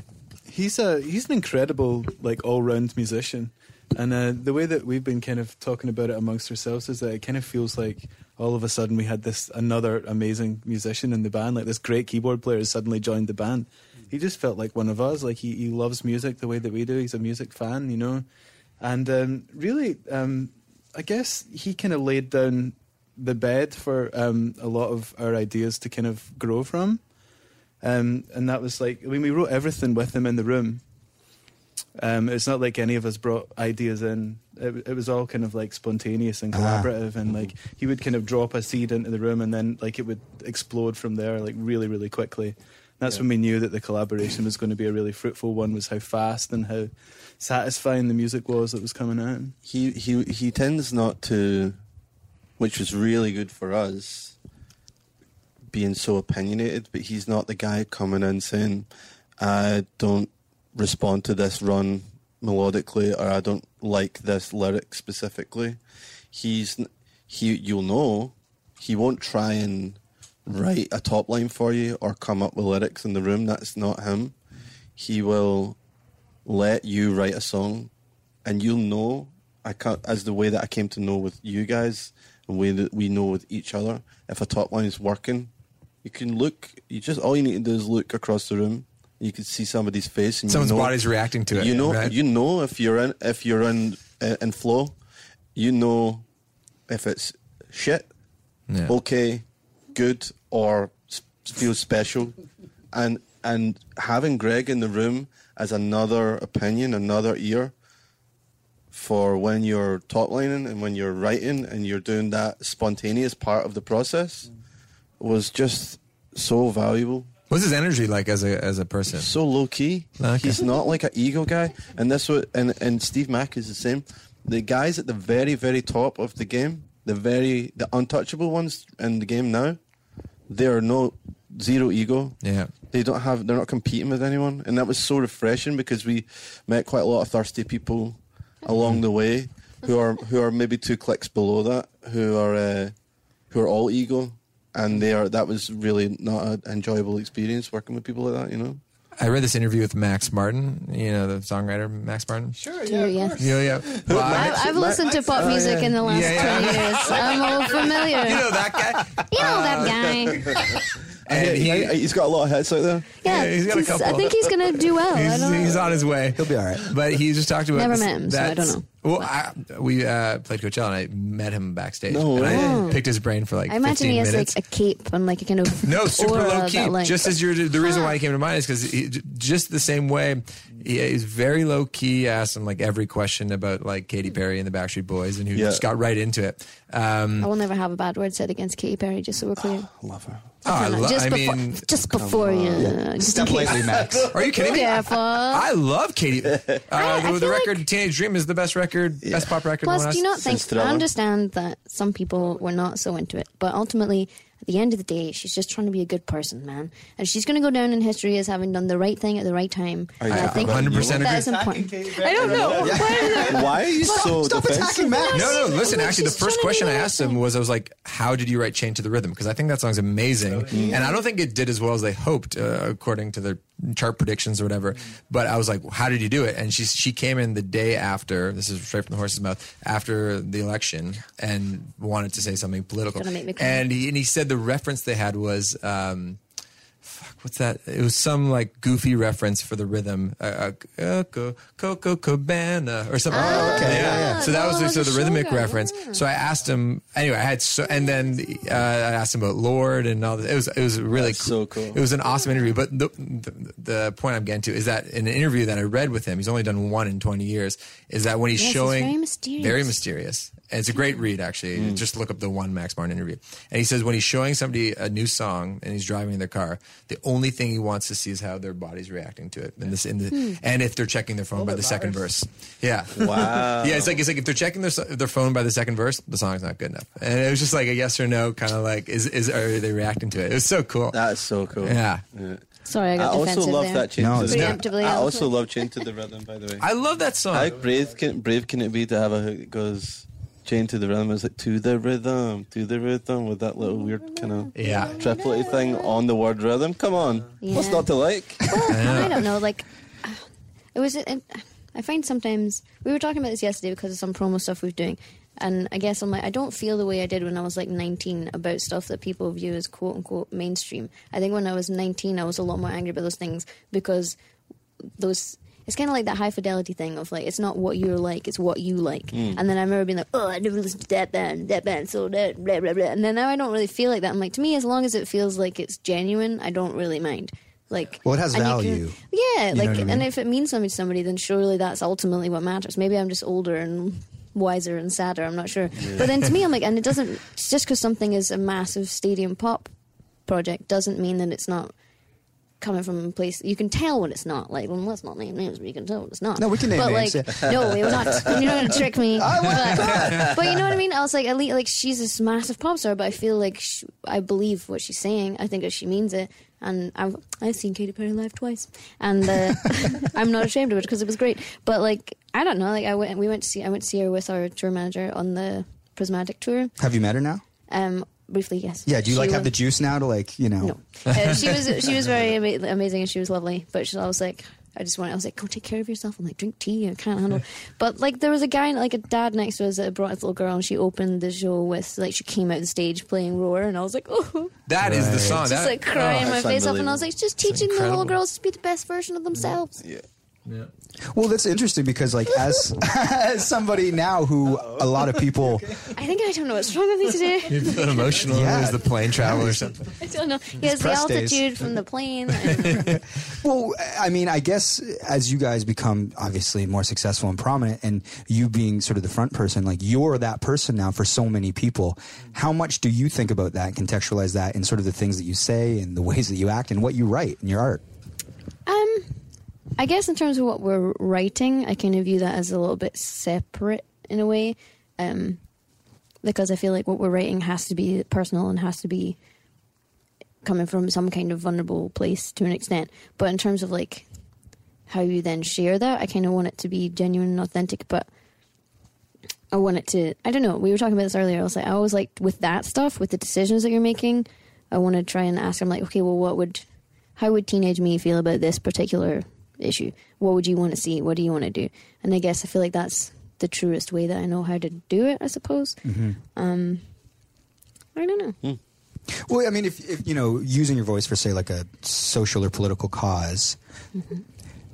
Speaker 8: he's a he's an incredible like all round musician, and uh, the way that we've been kind of talking about it amongst ourselves is that it kind of feels like all of a sudden we had this another amazing musician in the band, like this great keyboard player has suddenly joined the band. He just felt like one of us. Like he, he loves music the way that we do. He's a music fan, you know, and um, really, um, I guess he kind of laid down the bed for um, a lot of our ideas to kind of grow from. Um, and that was like, I mean, we wrote everything with him in the room. Um, it's not like any of us brought ideas in. It, it was all kind of like spontaneous and
Speaker 1: Ah.
Speaker 8: collaborative. And like, he would kind of drop a seed into the room and then like it would explode from there, like really, really quickly. That's when we knew that the collaboration was going to be a really fruitful one, was how fast and how satisfying the music was that was coming out.
Speaker 6: he he he tends not to, which was really good for us, being so opinionated. But he's not the guy coming in saying, "I don't respond to this run melodically," or "I don't like this lyric specifically." He's n- he you'll know he won't try and write a top line for you or come up with lyrics in the room. That's not him. He will let you write a song, and you'll know. I can't, as the way that I came to know with you guys, and way that we know with each other. If a top line is working, you can look. You just all you need to do is look across the room. You can see somebody's face, and
Speaker 2: Someone's
Speaker 6: you know,
Speaker 2: body's reacting to it.
Speaker 6: You know,
Speaker 2: right?
Speaker 6: you know if you're in if you're in uh, in flow, you know if it's shit,
Speaker 2: Yeah.
Speaker 6: okay, good, or s- feels special, and and having Greg in the room as another opinion, another ear for when you're top lining and when you're writing and you're doing that spontaneous part of the process was just so valuable
Speaker 2: What's his energy like as a as a person?
Speaker 6: so low key.
Speaker 2: Okay.
Speaker 6: He's not like an ego guy, and that's what. And and Steve Mack is the same. The guys at the very very top of the game, the very the untouchable ones in the game now, they are no zero ego.
Speaker 2: Yeah.
Speaker 6: They don't have. They're not competing with anyone, and that was so refreshing because we met quite a lot of thirsty people along the way who are who are maybe two clicks below that who are uh, who are all ego. And they are. That was really not an enjoyable experience working with people like that. You know.
Speaker 2: I read this interview with Max Martin, you know, the songwriter Max Martin. Sure.
Speaker 7: Yeah, yeah.
Speaker 2: Yeah, yeah. Well, I-
Speaker 7: I've, I've listened to pop music in the last
Speaker 2: Oh, Yeah, yeah.
Speaker 7: 20
Speaker 2: [laughs]
Speaker 7: years. I'm all familiar.
Speaker 2: you know uh, that guy.
Speaker 7: You know that guy.
Speaker 2: [laughs] And he,
Speaker 6: Yeah, he's got a lot of hits out there.
Speaker 7: Yeah,
Speaker 2: he's got a
Speaker 7: he's- I
Speaker 2: couple.
Speaker 7: think he's gonna do well. I
Speaker 2: he's,
Speaker 7: don't
Speaker 2: he's
Speaker 7: know.
Speaker 2: on his way.
Speaker 1: He'll be all right.
Speaker 2: But he just talked about
Speaker 7: Never
Speaker 2: this-
Speaker 7: met him, so I
Speaker 2: that's-
Speaker 7: don't
Speaker 2: Well, I, we uh, played Coachella, and I met him backstage.
Speaker 6: No
Speaker 2: and I
Speaker 7: way.
Speaker 2: picked his brain for like.
Speaker 7: Oh. I imagine
Speaker 2: 15
Speaker 7: he has
Speaker 2: minutes.
Speaker 7: like a cape and like a kind of
Speaker 2: No, super
Speaker 7: aura
Speaker 2: low key.
Speaker 7: That, like,
Speaker 2: just as you're the reason why he came to mind is because just the same way, he, he's very low key. Asked him like every question about like Katy Perry and the Backstreet Boys, and who
Speaker 6: Yeah.
Speaker 2: just got right into it. Um,
Speaker 7: I will never have a bad word said against Katy Perry. Just so we're clear.
Speaker 6: [sighs] Love her.
Speaker 2: Ah, I lo-
Speaker 7: just
Speaker 2: I
Speaker 7: before,
Speaker 2: mean,
Speaker 7: just before you. just
Speaker 1: Step
Speaker 7: in case.
Speaker 1: lightly, Max.
Speaker 2: Are you kidding me? [laughs]
Speaker 7: Careful.
Speaker 2: I love Katie. Uh,
Speaker 7: I
Speaker 2: the, the
Speaker 7: feel
Speaker 2: record
Speaker 7: like-
Speaker 2: Teenage Dream is the best record, best pop record. in the
Speaker 7: Plus,
Speaker 2: last-
Speaker 7: do you not think?
Speaker 6: Since
Speaker 7: I
Speaker 6: Thriller.
Speaker 7: understand that some people were not so into it, but ultimately, at the end of the day, she's just trying to be a good person, man, and she's going to go down in history as having done the right thing at the right time. and I think
Speaker 2: 100%
Speaker 7: that is
Speaker 2: agree.
Speaker 7: important. I don't know.
Speaker 6: Why are you so
Speaker 1: Stop
Speaker 6: defensive?
Speaker 1: attacking Max.
Speaker 2: No, no.
Speaker 7: She's-
Speaker 2: Listen,
Speaker 7: I mean,
Speaker 2: actually, the
Speaker 7: she's
Speaker 2: first
Speaker 7: trying to
Speaker 2: question
Speaker 7: do
Speaker 2: I
Speaker 7: the right
Speaker 2: asked him
Speaker 7: thing.
Speaker 2: was, I was like, "How did you write Chain to the Rhythm?" Because I think that song's amazing, and I don't think it did as well as they hoped, uh, according to their chart predictions or whatever. But I was like, well, "How did you do it?" And she she came in the day after. This is straight from the horse's mouth after the election, and wanted to say something political.
Speaker 7: Gonna make me cry.
Speaker 2: And he and he said the reference they had was. Um, what's that? It was some like goofy reference for the rhythm, uh, uh, Coco Coco Cabana or something. Oh,
Speaker 1: okay. Yeah, yeah.
Speaker 2: So that
Speaker 7: Oh,
Speaker 2: was
Speaker 7: it
Speaker 2: so
Speaker 7: was a
Speaker 2: the rhythmic
Speaker 7: shogun.
Speaker 2: reference. So I asked him anyway. I had so and then uh, I asked him about Lord and all this. It was it was really
Speaker 6: That's so cool.
Speaker 2: It was an awesome interview. But the, the the point I'm getting to is that in an interview that I read with him, he's only done one in 20 years. Is that when he's
Speaker 7: Yes, it's
Speaker 2: showing
Speaker 7: very mysterious.
Speaker 2: very mysterious. And it's a great read, actually. Just look up the one Max Martin interview. And he says when he's showing somebody a new song and he's driving in their car, the only thing he wants to see is how their body's reacting to it, and this, in the, and if they're checking their phone by the second verse. Yeah.
Speaker 6: Wow.
Speaker 2: Yeah, it's like it's like if they're checking their their phone by the second verse, the song's not good enough. And it was just like a yes or no kind of like is is are they reacting to it? It was so cool.
Speaker 6: That's so cool.
Speaker 2: Yeah.
Speaker 7: Sorry, I
Speaker 6: I
Speaker 7: got
Speaker 6: also
Speaker 7: defensive
Speaker 6: love
Speaker 7: there.
Speaker 6: that change.
Speaker 1: No,
Speaker 6: to the
Speaker 1: it's
Speaker 6: rhythm.
Speaker 7: Preemptively
Speaker 6: I
Speaker 7: also.
Speaker 6: also love change to the rhythm. By the way,
Speaker 2: I love that song.
Speaker 6: I like brave can brave can it be to have a hook that goes chain to the rhythm? It's like to the rhythm, to the rhythm with that little weird kind of
Speaker 2: Yeah.
Speaker 6: triplet thing on the word rhythm. Come on, what's
Speaker 7: Yeah.
Speaker 6: not to like?
Speaker 2: [laughs]
Speaker 7: Well, I don't know. Like, uh, it was. It, I find sometimes we were talking about this yesterday because of some promo stuff we we're doing, and I guess I'm like, I don't feel the way I did when I was like 19 about stuff that people view as quote unquote mainstream. I think when I was 19, I was a lot more angry about those things because those. It's kind of like that high fidelity thing of like it's not what you're like, it's what you like.
Speaker 1: Mm.
Speaker 7: And then I remember being like, oh, I never listened to that band, that band, so that blah blah blah. And then now I don't really feel like that. I'm like, to me, as long as it feels like it's genuine, I don't really mind. Like,
Speaker 1: Well, it has
Speaker 7: and you
Speaker 1: value.
Speaker 7: yeah,
Speaker 1: know
Speaker 7: like,
Speaker 1: what I mean?
Speaker 7: and if it means something to somebody, then surely that's ultimately what matters. Maybe I'm just older and wiser and sadder. I'm not sure. But then to me, I'm like, and it doesn't. It's just because something is a massive stadium pop project doesn't mean that it's not coming from a place you can tell when it's not. Like, well, let's not name names, but you can tell when it's not.
Speaker 1: No, we can name
Speaker 7: but
Speaker 1: names,
Speaker 7: Like, No,
Speaker 1: [laughs]
Speaker 7: we're not. You're not going to trick me. but, but you know what I mean? I was like, at least, like she's this massive pop star, but I feel like sh I believe what she's saying. I think that she means it. And I've, I've seen Katy Perry live twice, and uh, [laughs] I'm not ashamed of it because it was great. But like, I don't know. Like, I went, we went to see, I went to see her with our tour manager on the Prismatic tour.
Speaker 1: Have you met her now?
Speaker 7: Um, briefly, yes.
Speaker 1: Yeah. Do you
Speaker 7: She
Speaker 1: like have
Speaker 7: was-
Speaker 1: the juice now to like you know?
Speaker 7: [laughs] no. Uh, she was she was very ama- amazing and she was lovely. But she, I was like, I just want. I was like, go take care of yourself and like drink tea. I can't handle. But like there was a guy, like a dad next to us that brought his little girl, and she opened the show with like she came out the stage playing Roar, and I was like, [laughs] oh,
Speaker 2: That is the song.
Speaker 7: just
Speaker 2: that,
Speaker 7: like crying
Speaker 6: oh,
Speaker 7: my
Speaker 6: that's
Speaker 7: face off, and I was like, just teaching the little
Speaker 2: incredible.
Speaker 7: girls to be the best version of themselves.
Speaker 1: Well, that's interesting because like as [laughs] as somebody now who a lot of people.
Speaker 7: I think I don't know what's wrong with me today. [laughs]
Speaker 2: It's not emotional
Speaker 1: Yeah.
Speaker 2: as the plane travel or something.
Speaker 7: I don't know. Yeah, it's the
Speaker 1: press days.
Speaker 7: altitude from the plane. and-
Speaker 1: Well, I mean, I guess as you guys become obviously more successful and prominent, and you being sort of the front person, like you're that person now for so many people. How much do you think about that, contextualize that, in sort of the things that you say and the ways that you act and what you write in your art?
Speaker 7: Um, I guess in terms of what we're writing, I kind of view that as a little bit separate in a way, um, because I feel like what we're writing has to be personal and has to be coming from some kind of vulnerable place to an extent. But in terms of like how you then share that, I kind of want it to be genuine and authentic, but I want it to. I don't know. We were talking about this earlier. I was like, I always like with that stuff, with the decisions that you're making. I want to try and ask them, like, okay, well, what would, how would teenage me feel about this particular issue? What would you want to see? What do you want to do? And I guess I feel like that's the truest way that I know how to do it. I suppose. Um, I don't know.
Speaker 1: Well, I mean, if, if you know, using your voice for say like a social or political because Mm-hmm.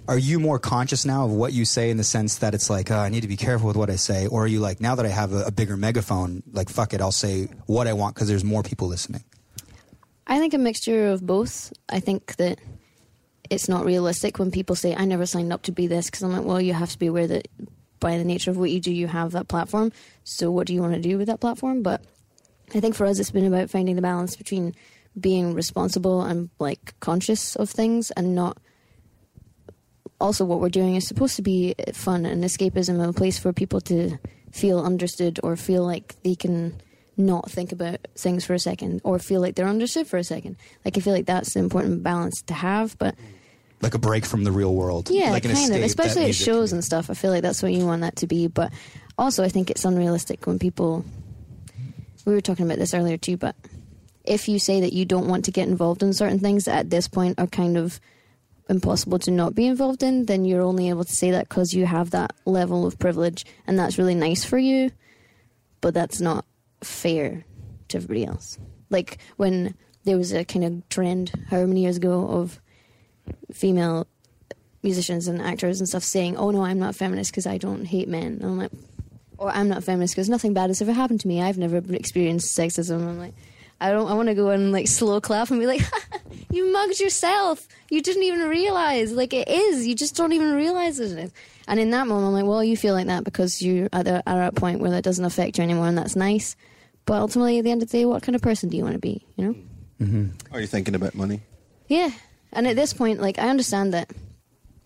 Speaker 1: Are you more conscious now of what you say in the sense that it's like, oh, I need to be careful with what I say? Or are you like, now that I have a, a bigger megaphone, like, fuck it, I'll say what I want because there's more people listening?
Speaker 7: I think a mixture of both. I think that it's not realistic when people say, I never signed up to be this, because I'm like, well, you have to be aware that by the nature of what you do, you have that platform. So what do you want to do with that platform? But I think for us, it's been about finding the balance between being responsible and like conscious of things and not also what we're doing is supposed to be fun and escapism and a place for people to feel understood or feel like they can not think about things for a second or feel like they're understood for a second. Like I feel like that's an important balance to have, but
Speaker 1: like a break from the real world.
Speaker 7: yeah,
Speaker 1: like
Speaker 7: kind of.
Speaker 1: escape,
Speaker 7: Especially
Speaker 1: that
Speaker 7: at
Speaker 1: music.
Speaker 7: shows and stuff. I feel like that's what you want that to be. But also, I think it's unrealistic when people. We were talking about this earlier too, but if you say that you don't want to get involved in certain things that at this point are kind of impossible to not be involved in, then you're only able to say that because you have that level of privilege and that's really nice for you. But that's not fair to everybody else. Like when there was a kind of trend, however many years ago, of female musicians and actors and stuff saying, "Oh no, I'm not feminist because I don't hate men." And I'm like, or I'm not feminist because nothing bad has ever happened to me. I've never experienced sexism. I'm like, I don't. I want to go and like slow clap and be like, [laughs] "You mugged yourself. You didn't even realize. Like it is. You just don't even realize it is." And in that moment, I'm like, "Well, you feel like that because you are at a point where that doesn't affect you anymore, and that's nice." But ultimately, at the end of the day, what kind of person do you want to be? You know?
Speaker 6: Are you thinking about money?
Speaker 7: Yeah, and at this point, like I understand that,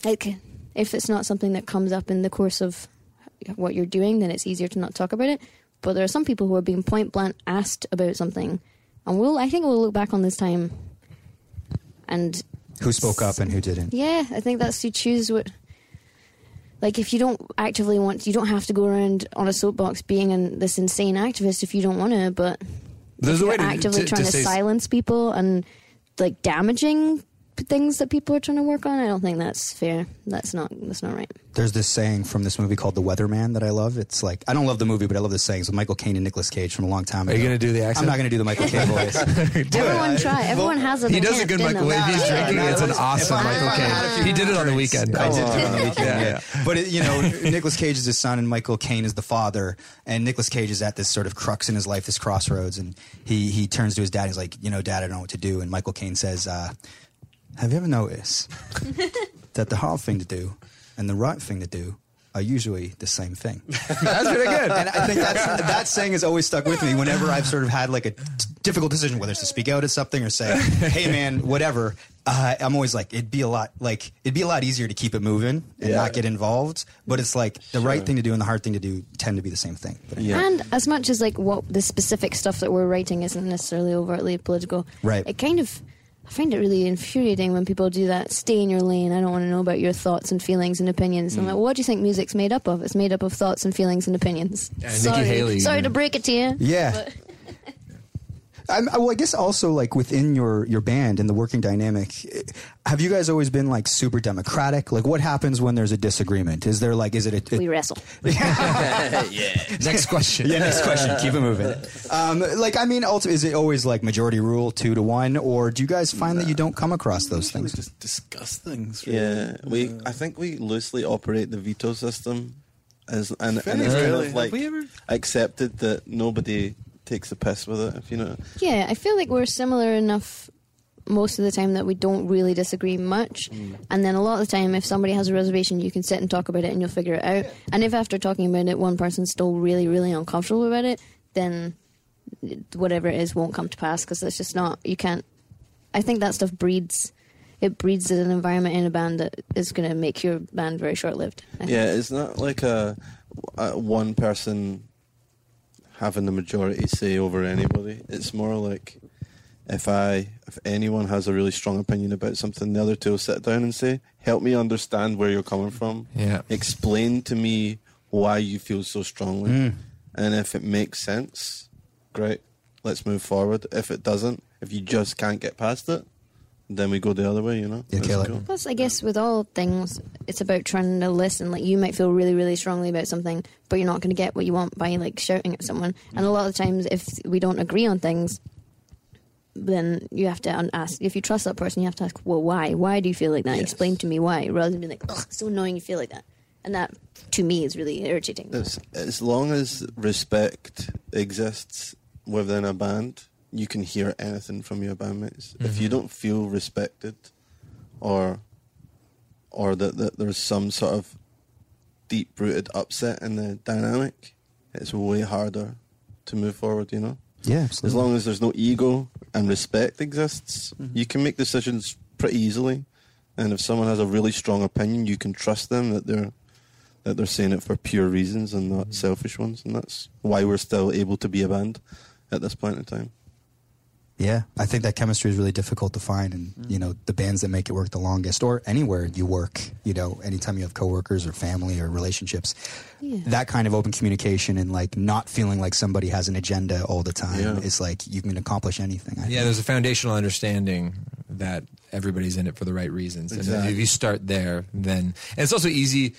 Speaker 7: like if it's not something that comes up in the course of what you're doing, then it's easier to not talk about it. But there are some people who are being point blank asked about something, and we'll I think we'll look back on this time, and
Speaker 1: Who spoke up and who didn't?
Speaker 7: yeah, I think that's to choose what. Like, if you don't actively want, you don't have to go around on a soapbox being an, this insane activist if you don't want to. But
Speaker 2: There's a way to
Speaker 7: actively
Speaker 2: to,
Speaker 7: trying to,
Speaker 2: say-
Speaker 7: silence people and like damaging p- things that people are trying to work on. I don't think that's fair. That's not that's not right.
Speaker 1: There's this saying from this movie called The Weatherman that I love. It's like I don't love the movie, but I love this saying. It's with Michael Caine and Nicolas Cage from a long time
Speaker 2: Are
Speaker 1: ago.
Speaker 2: you gonna do the accent?
Speaker 1: I'm not gonna do the Michael
Speaker 2: [laughs]
Speaker 1: Caine voice.
Speaker 7: everyone try. Everyone has a
Speaker 2: He does a good Michael Wave. He's
Speaker 1: Yeah,
Speaker 2: drinking.
Speaker 1: no,
Speaker 2: it's
Speaker 1: it
Speaker 2: an
Speaker 1: was-
Speaker 2: awesome
Speaker 1: if I-
Speaker 2: Michael
Speaker 1: if I had a
Speaker 2: Caine.
Speaker 1: few
Speaker 2: He did it on the
Speaker 1: drinks-
Speaker 2: weekend.
Speaker 1: I did do it on the weekend.
Speaker 2: Yeah,
Speaker 1: Yeah,
Speaker 2: yeah.
Speaker 1: But it, you know, [laughs] Nicolas Cage is his son, and Michael Caine is the father. And Nicolas Cage is at this sort of crux in his life, this crossroads, and he he turns to his dad. He's like, you know, Dad, I don't know what to do. And Michael Caine says, uh, Have you ever noticed that the hard thing to do and the right thing to do are usually the same thing?
Speaker 2: That's pretty good.
Speaker 1: and I think that's, that saying has always stuck with me whenever I've sort of had like a t- difficult decision, whether it's to speak out at something or say, "Hey, man, whatever." Uh, I'm always like, it'd be a lot like it'd be a lot easier to keep it moving and
Speaker 6: Yeah.
Speaker 1: not get involved. But it's like the right thing to do and the hard thing to do tend to be the same thing. But
Speaker 6: Yeah.
Speaker 7: And as much as like what the specific stuff that we're writing isn't necessarily overtly political,
Speaker 1: Right.
Speaker 7: It kind of I find it really infuriating when people do that. Stay in your lane. I don't want to know about your thoughts and feelings and opinions.
Speaker 2: Mm.
Speaker 7: I'm like, well, what do you think music's made up of? It's made up of thoughts and feelings and opinions.
Speaker 2: Yeah, Nikki
Speaker 7: sorry,
Speaker 2: Haley,
Speaker 7: sorry
Speaker 2: you
Speaker 7: to
Speaker 2: know.
Speaker 7: break it to you.
Speaker 1: Yeah. [laughs] I'm, I, well, I guess also like within your your band and the working dynamic, eh, have you guys always been like super democratic? Like, what happens when there's a disagreement? Is there like, is it a,
Speaker 7: We wrestle.
Speaker 1: [laughs]
Speaker 2: Next question.
Speaker 1: Yeah, next question. Keep it moving. Um, like, I mean, ultimately, is it always like majority rule, two to one, or do you guys find that you don't come across those
Speaker 8: We
Speaker 1: things?
Speaker 8: just discuss things. really.
Speaker 6: Yeah, we. I think we loosely operate the veto system, as and, and
Speaker 8: Really?
Speaker 6: it's kind
Speaker 8: Really?
Speaker 6: of like
Speaker 8: Have we ever-
Speaker 6: accepted that nobody takes a piss with it. If you know,
Speaker 7: Yeah, I feel like we're similar enough most of the time that we don't really disagree much. And then a lot of the time, if somebody has a reservation, you can sit and talk about it and you'll figure it out. And if after talking about it, one person's still really, really uncomfortable about it, then whatever it is won't come to pass because it's just not, you can't. I think that stuff breeds. It breeds an environment in a band that is going to make your band very short lived.
Speaker 6: yeah, it's not like a, a one person having the majority say over anybody. It's more like if I if anyone has a really strong opinion about something, the other two will sit down and say, "Help me understand where you're coming from.
Speaker 2: Yeah.
Speaker 6: explain to me why you feel so strongly, and if it makes sense, great. Let's move forward. If it doesn't, if you just can't get past it, then we go the other way. You know,
Speaker 1: Yeah,
Speaker 6: That's
Speaker 1: kill it.
Speaker 6: cool.
Speaker 7: Plus, I guess with all things, it's about trying to listen. Like you might feel really, really strongly about something, but you're not going to get what you want by like shouting at someone. And a lot of times, if we don't agree on things, then you have to un- ask. If you trust that person, you have to ask, "Well, why? Why do you feel like that?
Speaker 6: Yes.
Speaker 7: Explain to me why." Rather than being like, "Ugh, "So annoying, you feel like that," and that to me is really irritating.
Speaker 6: As, as long as respect exists within a band, you can hear anything from your bandmates. If you don't feel respected, or or that, that there's some sort of deep rooted upset in the dynamic, it's way harder to move forward. You know,
Speaker 1: Yeah,
Speaker 6: as long as there's no ego and respect exists, you can make decisions pretty easily. And if someone has a really strong opinion, you can trust them that they're that they're saying it for pure reasons and not selfish ones. And that's why we're still able to be a band at this point in time.
Speaker 1: Yeah, I think that chemistry is really difficult to find, and you know the bands that make it work the longest, or anywhere you work, you know, anytime you have coworkers or family or relationships,
Speaker 7: Yeah.
Speaker 1: that kind of open communication and like not feeling like somebody has an agenda all the time
Speaker 6: Yeah.
Speaker 1: is like you can accomplish anything. I
Speaker 2: Yeah, there's a foundational understanding that everybody's in it for the right reasons. And
Speaker 6: Exactly.
Speaker 2: if you start there, then and it's also easy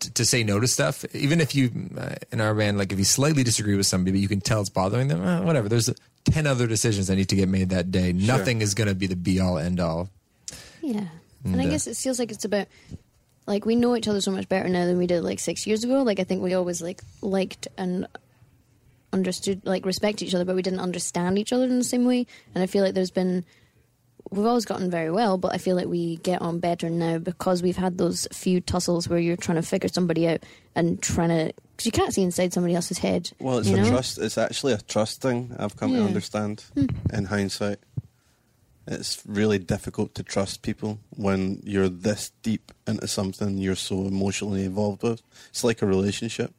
Speaker 2: to, to say no to stuff. Even if you, uh, in our band, like if you slightly disagree with somebody, but you can tell it's bothering them, eh, whatever. There's 10 other decisions that need to get made that day. Nothing is going to be the be all end all.
Speaker 7: Yeah. And I
Speaker 2: uh,
Speaker 7: guess it feels like it's about like we know each other so much better now than we did like six years ago. Like I think we always like liked and understood like respect each other, but we didn't understand each other in the same way. And I feel like there's been we've always gotten very well, but I feel like we get on better now because we've had those few tussles where you're trying to figure somebody out and trying to because you can't see inside somebody else's head.
Speaker 6: Well, it's
Speaker 7: you
Speaker 6: a
Speaker 7: know?
Speaker 6: trust. It's actually a trust thing. I've come
Speaker 7: Yeah. Hmm.
Speaker 6: to understand in hindsight. It's really difficult to trust people when you're this deep into something you're so emotionally involved with. It's like a relationship,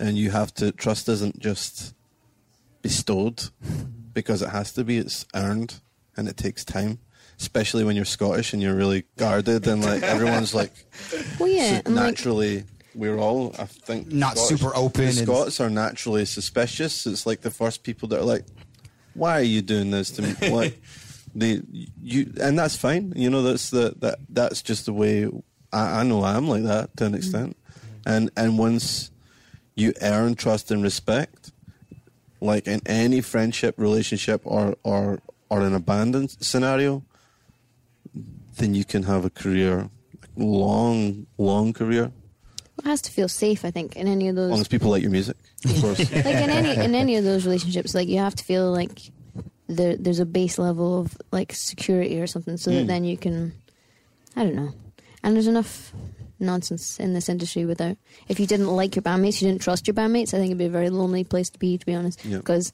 Speaker 6: and you have to trust isn't just
Speaker 7: [laughs]
Speaker 6: bestowed because it has to be. It's earned, and it takes time. Especially when you're Scottish and you're really guarded and like everyone's like
Speaker 7: Well, [laughs] yeah,
Speaker 6: so
Speaker 7: and like
Speaker 6: naturally, we're all, I think,
Speaker 1: Not super open
Speaker 6: The
Speaker 1: and-
Speaker 6: Scots are naturally suspicious. It's like the first people that are like, "Why are you doing this to me?"
Speaker 1: [laughs]
Speaker 6: Why they you? And that's fine. You know, that's the that that's just the way I, I know I am like that
Speaker 1: Mm-hmm.
Speaker 6: to an extent. And and once you earn trust and respect, like in any friendship, relationship, or or or an abandon scenario, then you can have a career, long, long career,
Speaker 7: it has to feel safe. I think in any
Speaker 6: as
Speaker 7: of those
Speaker 6: long as people like your music,
Speaker 2: [laughs]
Speaker 6: of course.
Speaker 7: like in any in any of those relationships, like you have to feel like there there's a base level of like security or something, so
Speaker 6: Hmm.
Speaker 7: that then you can, I don't know. And there's enough nonsense in this industry without. If you didn't like your bandmates, you didn't trust your bandmates. I think it'd be a very lonely place to be, to be honest.
Speaker 6: Yeah.
Speaker 7: Because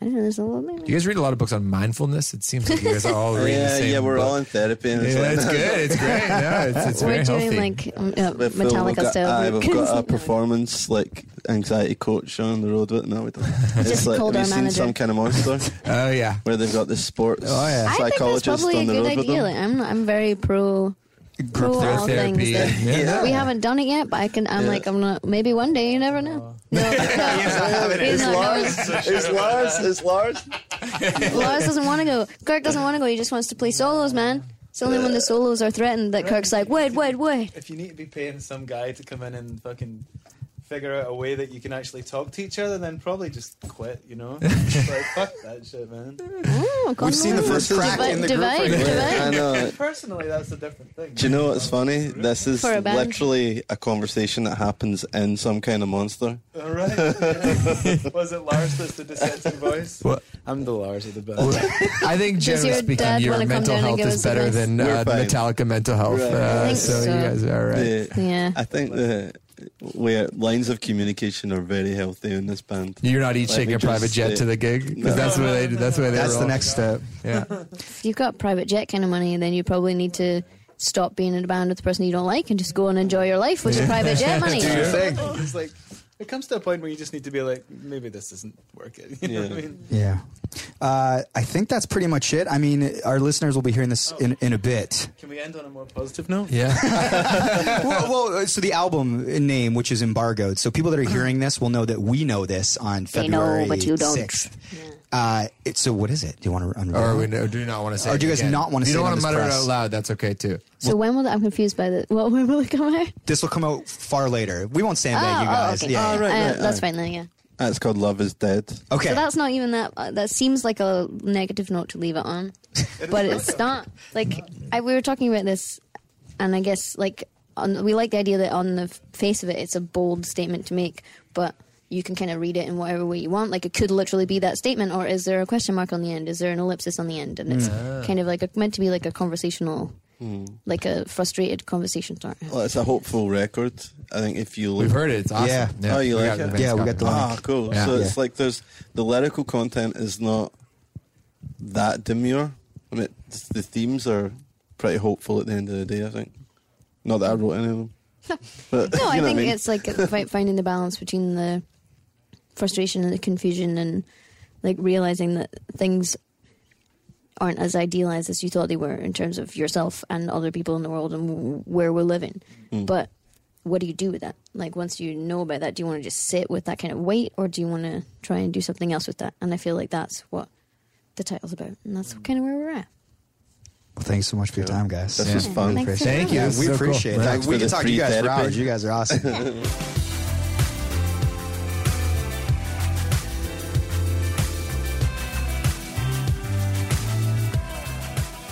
Speaker 7: I don't know, there's a lot.
Speaker 2: Do you guys read a lot of books on mindfulness? It seems like you guys are
Speaker 1: [laughs]
Speaker 2: all reading the
Speaker 6: yeah,
Speaker 2: same
Speaker 6: yeah, we're
Speaker 2: book.
Speaker 6: all in therapy, and it's
Speaker 2: Yeah,
Speaker 6: like
Speaker 2: [laughs]
Speaker 6: [laughs]
Speaker 2: it's good. It's great. No, it's, it's
Speaker 7: We're
Speaker 2: very
Speaker 7: doing
Speaker 2: healthy.
Speaker 7: like um, uh,
Speaker 6: But Phil, we've
Speaker 7: Metallica
Speaker 6: got,
Speaker 7: stuff. [laughs]
Speaker 6: aye, we've got a performance like anxiety coach on the road with. No,
Speaker 2: [laughs]
Speaker 6: we don't. It's
Speaker 7: Just
Speaker 6: like
Speaker 7: called
Speaker 6: have you
Speaker 7: our
Speaker 6: seen
Speaker 7: manager.
Speaker 6: some kind of monster
Speaker 2: oh yeah.
Speaker 6: where they've got this sports
Speaker 2: Oh, yeah.
Speaker 7: I think that's
Speaker 6: psychologist
Speaker 7: probably a
Speaker 6: on the
Speaker 7: good
Speaker 6: road with
Speaker 7: idea. Like,
Speaker 6: them.
Speaker 7: I'm not, I'm very pro. Pro all
Speaker 2: therapy.
Speaker 7: things that
Speaker 2: Yeah.
Speaker 7: We haven't done it yet, but I can. I'm
Speaker 6: Yeah.
Speaker 7: like, I'm not. Maybe one day. You never know. No, no, no, he's not going.
Speaker 6: It's Lars. It's
Speaker 7: [laughs]
Speaker 6: Lars.
Speaker 7: Lars doesn't want to go. Kirk doesn't want to go. He just wants to play solos, man. It's only when the solos are threatened that Kirk's like, wait, wait, wait.
Speaker 8: [laughs] if you need to be paying some guy to come in and fucking figure out a way that you can actually talk to each other, then probably just quit,
Speaker 6: [laughs]
Speaker 8: you know? like, fuck that shit, man.
Speaker 7: Oh,
Speaker 1: We've seen the first crack in the group
Speaker 7: divide,
Speaker 1: right there.
Speaker 7: divide.
Speaker 6: I know.
Speaker 8: Personally, that's a different thing.
Speaker 6: Do you know what's funny? This is
Speaker 7: For a band.
Speaker 6: literally a conversation that happens in some kind of monster.
Speaker 8: All right. Yeah. Was it Lars that's the dissenting voice?
Speaker 2: What?
Speaker 8: I'm the Lars of
Speaker 6: [laughs]
Speaker 8: the band.
Speaker 2: I think generally
Speaker 7: your
Speaker 2: speaking,
Speaker 7: dad
Speaker 2: your
Speaker 7: wanna come
Speaker 2: mental
Speaker 7: down and
Speaker 2: health
Speaker 7: give
Speaker 2: is
Speaker 7: us some
Speaker 2: better
Speaker 7: advice?
Speaker 2: than uh,
Speaker 6: We're fine.
Speaker 2: Metallica mental health.
Speaker 6: Right.
Speaker 2: Uh,
Speaker 7: I think
Speaker 2: so,
Speaker 7: so.
Speaker 2: you guys are all right.
Speaker 6: The-
Speaker 7: Yeah.
Speaker 6: I think the where lines of communication are very healthy in this band.
Speaker 2: You're not each
Speaker 6: Let me
Speaker 2: taking a
Speaker 6: just
Speaker 2: private jet
Speaker 6: say-
Speaker 2: to the gig 'Cause
Speaker 6: No.
Speaker 2: that's where they that's where they
Speaker 1: That's the
Speaker 2: roll.
Speaker 1: next step.
Speaker 2: Yeah,
Speaker 7: If you've got private jet kind of money, then you probably need to stop being in a band with the person you don't like and just go and enjoy your life with your
Speaker 2: [laughs]
Speaker 7: private jet money.
Speaker 8: [laughs] It's like, it comes to a point where you just need to be like, maybe this isn't working. You know what I
Speaker 6: Yeah.
Speaker 8: mean?
Speaker 1: Yeah. Uh, I think that's pretty much it. I mean, our listeners will be hearing this in, in a bit.
Speaker 8: Can we end on a more positive
Speaker 1: [laughs]
Speaker 8: note?
Speaker 2: yeah. [laughs]
Speaker 1: well, well, uh, so the album name, which is embargoed, so people that are hearing this will know that we know this on
Speaker 7: Uh-huh. They know,
Speaker 1: February
Speaker 7: but you don't.
Speaker 1: 6th. Uh, it, so what is it? Do you want to unveil
Speaker 2: or
Speaker 1: it?
Speaker 2: we do you not want to say.
Speaker 1: Or do you
Speaker 2: it
Speaker 1: guys
Speaker 2: again?
Speaker 1: not wanna
Speaker 2: You
Speaker 1: say it
Speaker 2: don't
Speaker 1: on this
Speaker 2: wanna mutter it
Speaker 1: press?
Speaker 2: out loud. That's okay too.
Speaker 7: So when will the, I'm confused by the what when will it come out?
Speaker 1: This will come out far later. We won't sandbag you guys.
Speaker 7: okay.
Speaker 1: Yeah.
Speaker 6: Oh, right,
Speaker 7: Uh,
Speaker 6: right,
Speaker 7: that's
Speaker 6: aye.
Speaker 7: fine then. Yeah.
Speaker 6: Ah, it's called Love Is Dead.
Speaker 1: Okay.
Speaker 7: So that's not even that. Uh, that seems like a negative note to leave it on,
Speaker 6: [laughs]
Speaker 7: but it's not. Like I, we were talking about this, and I guess like on, we like the idea that on the f- face of it, it's a bold statement to make, but you can kind of read it in whatever way you want. Like it could literally be that statement, or is there a question mark on the end? Is there an ellipsis on the end? And it's
Speaker 6: Mm.
Speaker 7: kind of like a, meant to be like a conversational, like a frustrated conversation starter.
Speaker 6: Well, it's a hopeful record. I think if you look,
Speaker 2: We've heard it. It's awesome.
Speaker 1: Yeah.
Speaker 6: Oh, you like
Speaker 2: got
Speaker 6: it?
Speaker 2: the
Speaker 1: Yeah, we got the-
Speaker 2: copy.
Speaker 6: Ah, cool.
Speaker 2: Yeah.
Speaker 6: So it's like there's the lyrical content is not that demure. I mean, it's- the themes are pretty hopeful at the end of the day. I think. Not that I wrote any of
Speaker 7: [laughs]
Speaker 6: them. But, [laughs]
Speaker 7: No, I
Speaker 6: you know what
Speaker 7: think
Speaker 6: mean?
Speaker 7: it's like
Speaker 6: [laughs]
Speaker 7: fi- finding the balance between the frustration and the confusion and like realizing that things aren't as idealized as you thought they were in terms of yourself and other people in the world and w- where we're living.
Speaker 6: Mm.
Speaker 7: But what do you do with that? Like once you know about that, do you want to just sit with that kind of weight or do you want to try and do something else with that? And I feel like that's what the title's about. And that's
Speaker 6: Mm.
Speaker 7: kind of where we're at.
Speaker 9: Well, thanks so much for your time, guys.
Speaker 6: This was fun.
Speaker 7: Thanks so
Speaker 2: Thank
Speaker 7: much.
Speaker 2: you.
Speaker 9: Yeah,
Speaker 2: This
Speaker 9: we
Speaker 2: is so cool.
Speaker 9: appreciate that.
Speaker 6: Thanks
Speaker 9: We
Speaker 6: for
Speaker 9: can
Speaker 6: the
Speaker 9: talk to you
Speaker 6: free
Speaker 9: guys for
Speaker 6: therapy.
Speaker 9: hours. You guys are awesome.
Speaker 1: [laughs]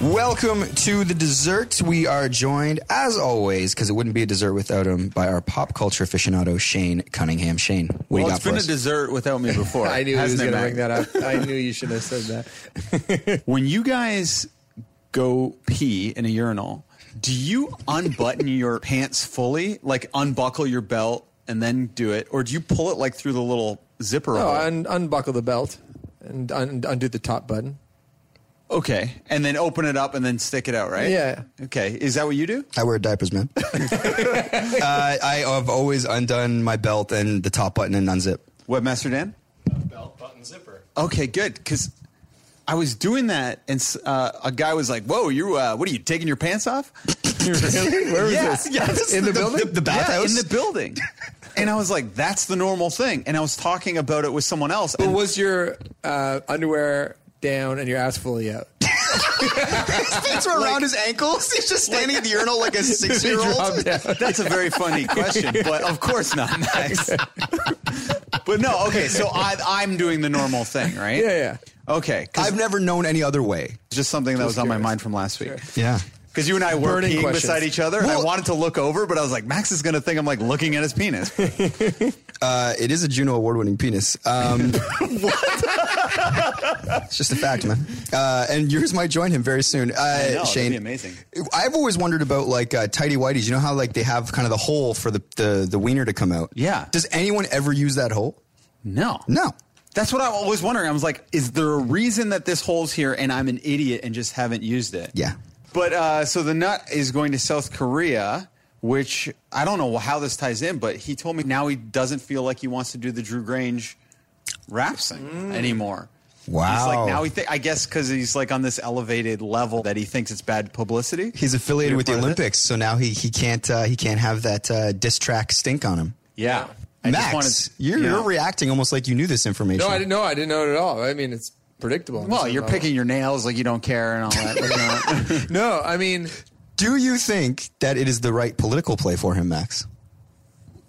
Speaker 1: Welcome to the dessert. We are joined, as always, because it wouldn't be a dessert without him, by our pop culture aficionado Shane Cunningham. Shane, what do you
Speaker 3: Well,
Speaker 1: got
Speaker 3: it's
Speaker 1: for
Speaker 3: been
Speaker 1: us?
Speaker 3: a dessert without me
Speaker 2: [laughs]
Speaker 3: before.
Speaker 2: I knew he was
Speaker 3: hasn't it,
Speaker 2: going to
Speaker 3: Matt?
Speaker 2: bring that up. I knew you should have said that.
Speaker 3: [laughs] When you guys go pee in a urinal, do you unbutton [laughs] your pants fully, like unbuckle your belt and then do it, or do you pull it like through the little zipper?
Speaker 2: Oh,
Speaker 3: hole?
Speaker 2: un- unbuckle the belt and un- undo the top button.
Speaker 3: okay, and then open it up and then stick it out, right?
Speaker 2: Yeah.
Speaker 3: Okay, is that what you do?
Speaker 1: I wear diapers, man. [laughs] uh, I have always undone my belt and the top button and unzip.
Speaker 3: Webmaster Dan.
Speaker 4: Uh, Belt button zipper.
Speaker 3: Okay, good. Because I was doing that, and s- uh, a guy was like, "Whoa, you? Uh, what are you taking your pants off?"
Speaker 2: [laughs] really? Where was
Speaker 3: yeah,
Speaker 2: this?
Speaker 3: yeah, this-
Speaker 2: In the building?
Speaker 3: the, in the building. [laughs] and I was like, "That's the normal thing." And I was talking about it with someone else.
Speaker 2: But
Speaker 3: and-
Speaker 2: was your uh, underwear down and your ass fully
Speaker 1: [laughs]
Speaker 2: out?
Speaker 1: It's around his ankles. He's just standing at the urinal
Speaker 3: [laughs]
Speaker 1: like a six-year-old.
Speaker 3: [laughs] That's a
Speaker 2: [laughs]
Speaker 3: very funny question, but of course not, Max. [laughs] but no, okay. So I, I'm doing the normal thing, right?
Speaker 2: Yeah, yeah.
Speaker 3: Okay, 'cause
Speaker 1: I've never known any other way.
Speaker 3: it's just something that was on my
Speaker 2: curious.
Speaker 3: mind from last week.
Speaker 1: Yeah.
Speaker 3: Because you and I were
Speaker 2: Burning
Speaker 3: peeing
Speaker 2: questions.
Speaker 3: beside each other, and I
Speaker 1: Well-
Speaker 3: wanted to look over, but I was like, Max is going to think I'm like looking at his penis.
Speaker 1: Uh, it is a Juno Award-winning penis.
Speaker 3: [laughs]
Speaker 1: Um, it's just a fact, man. Uh, and yours might join him very soon. Uh,
Speaker 3: know,
Speaker 1: Shane,
Speaker 3: that'd be amazing.
Speaker 1: I've always wondered about like uh, tidy whities. You know how like they have kind of the hole for the, the the wiener to come out.
Speaker 3: Yeah.
Speaker 1: Does anyone ever use that hole?
Speaker 3: No.
Speaker 1: [laughs] No.
Speaker 3: That's what I was wondering. I was like, is there a reason that this hole's here and I'm an idiot and just haven't used it?
Speaker 1: Yeah.
Speaker 3: But uh, so the nut is going to South Korea, which I don't know how this ties in, but he told me now he doesn't feel like he wants to do the Drew Grange rap sing anymore. He's
Speaker 1: Wow.
Speaker 3: like now he thi- I guess because he's like on this elevated level that he thinks it's bad publicity.
Speaker 1: He's affiliated
Speaker 3: You're
Speaker 1: with the
Speaker 3: part of it?
Speaker 1: Olympics, so now he he can't uh, he can't have that uh, diss track stink on him.
Speaker 3: Yeah. I just
Speaker 1: Max,
Speaker 3: wanted-
Speaker 1: you're,
Speaker 3: Yeah.
Speaker 1: you're reacting almost like you knew this information.
Speaker 2: No, I didn't know. I didn't know it at all. I mean, it's predictable.
Speaker 3: Well, you're picking your nails like you don't care and all that. you know?
Speaker 2: [laughs] No, I mean,
Speaker 1: Do you think that it is the right political play for him, Max?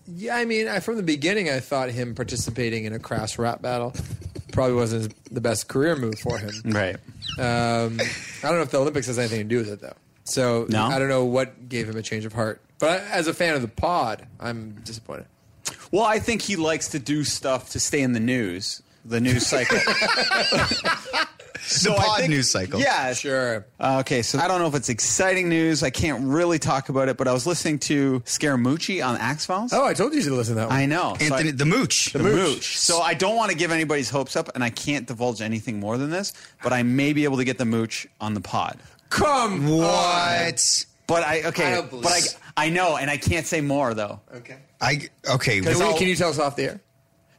Speaker 2: yeah, I mean, I, from the beginning, I thought him participating in a crass rap battle probably wasn't his- the best career move for him. [laughs]
Speaker 3: right.
Speaker 2: Um, I don't know if the Olympics has anything to do with it, though. So
Speaker 3: No?
Speaker 2: I don't know what gave him a change of heart. But I, as a fan of the pod, I'm disappointed.
Speaker 3: Well, I think he likes to do stuff to stay in the news, the news cycle. so
Speaker 1: The pod news cycle.
Speaker 3: Yeah,
Speaker 2: Sure.
Speaker 3: Uh, okay, so I don't know if it's exciting news. I can't really talk about it, but I was listening to Scaramucci on Axe Files.
Speaker 2: Oh, I told you to listen to that one.
Speaker 3: I know. So
Speaker 1: Anthony,
Speaker 3: I-
Speaker 1: the mooch.
Speaker 3: the mooch. So I don't want to give anybody's hopes up, and I can't divulge anything more than this. But I may be able to get the mooch on the pod.
Speaker 2: Come on.
Speaker 1: What?
Speaker 3: But I okay.
Speaker 2: I don't believe
Speaker 3: but I
Speaker 2: it.
Speaker 3: I know, and I can't say more though.
Speaker 2: Okay.
Speaker 1: I okay.
Speaker 2: Can,
Speaker 1: well,
Speaker 2: we, can you tell us off the air?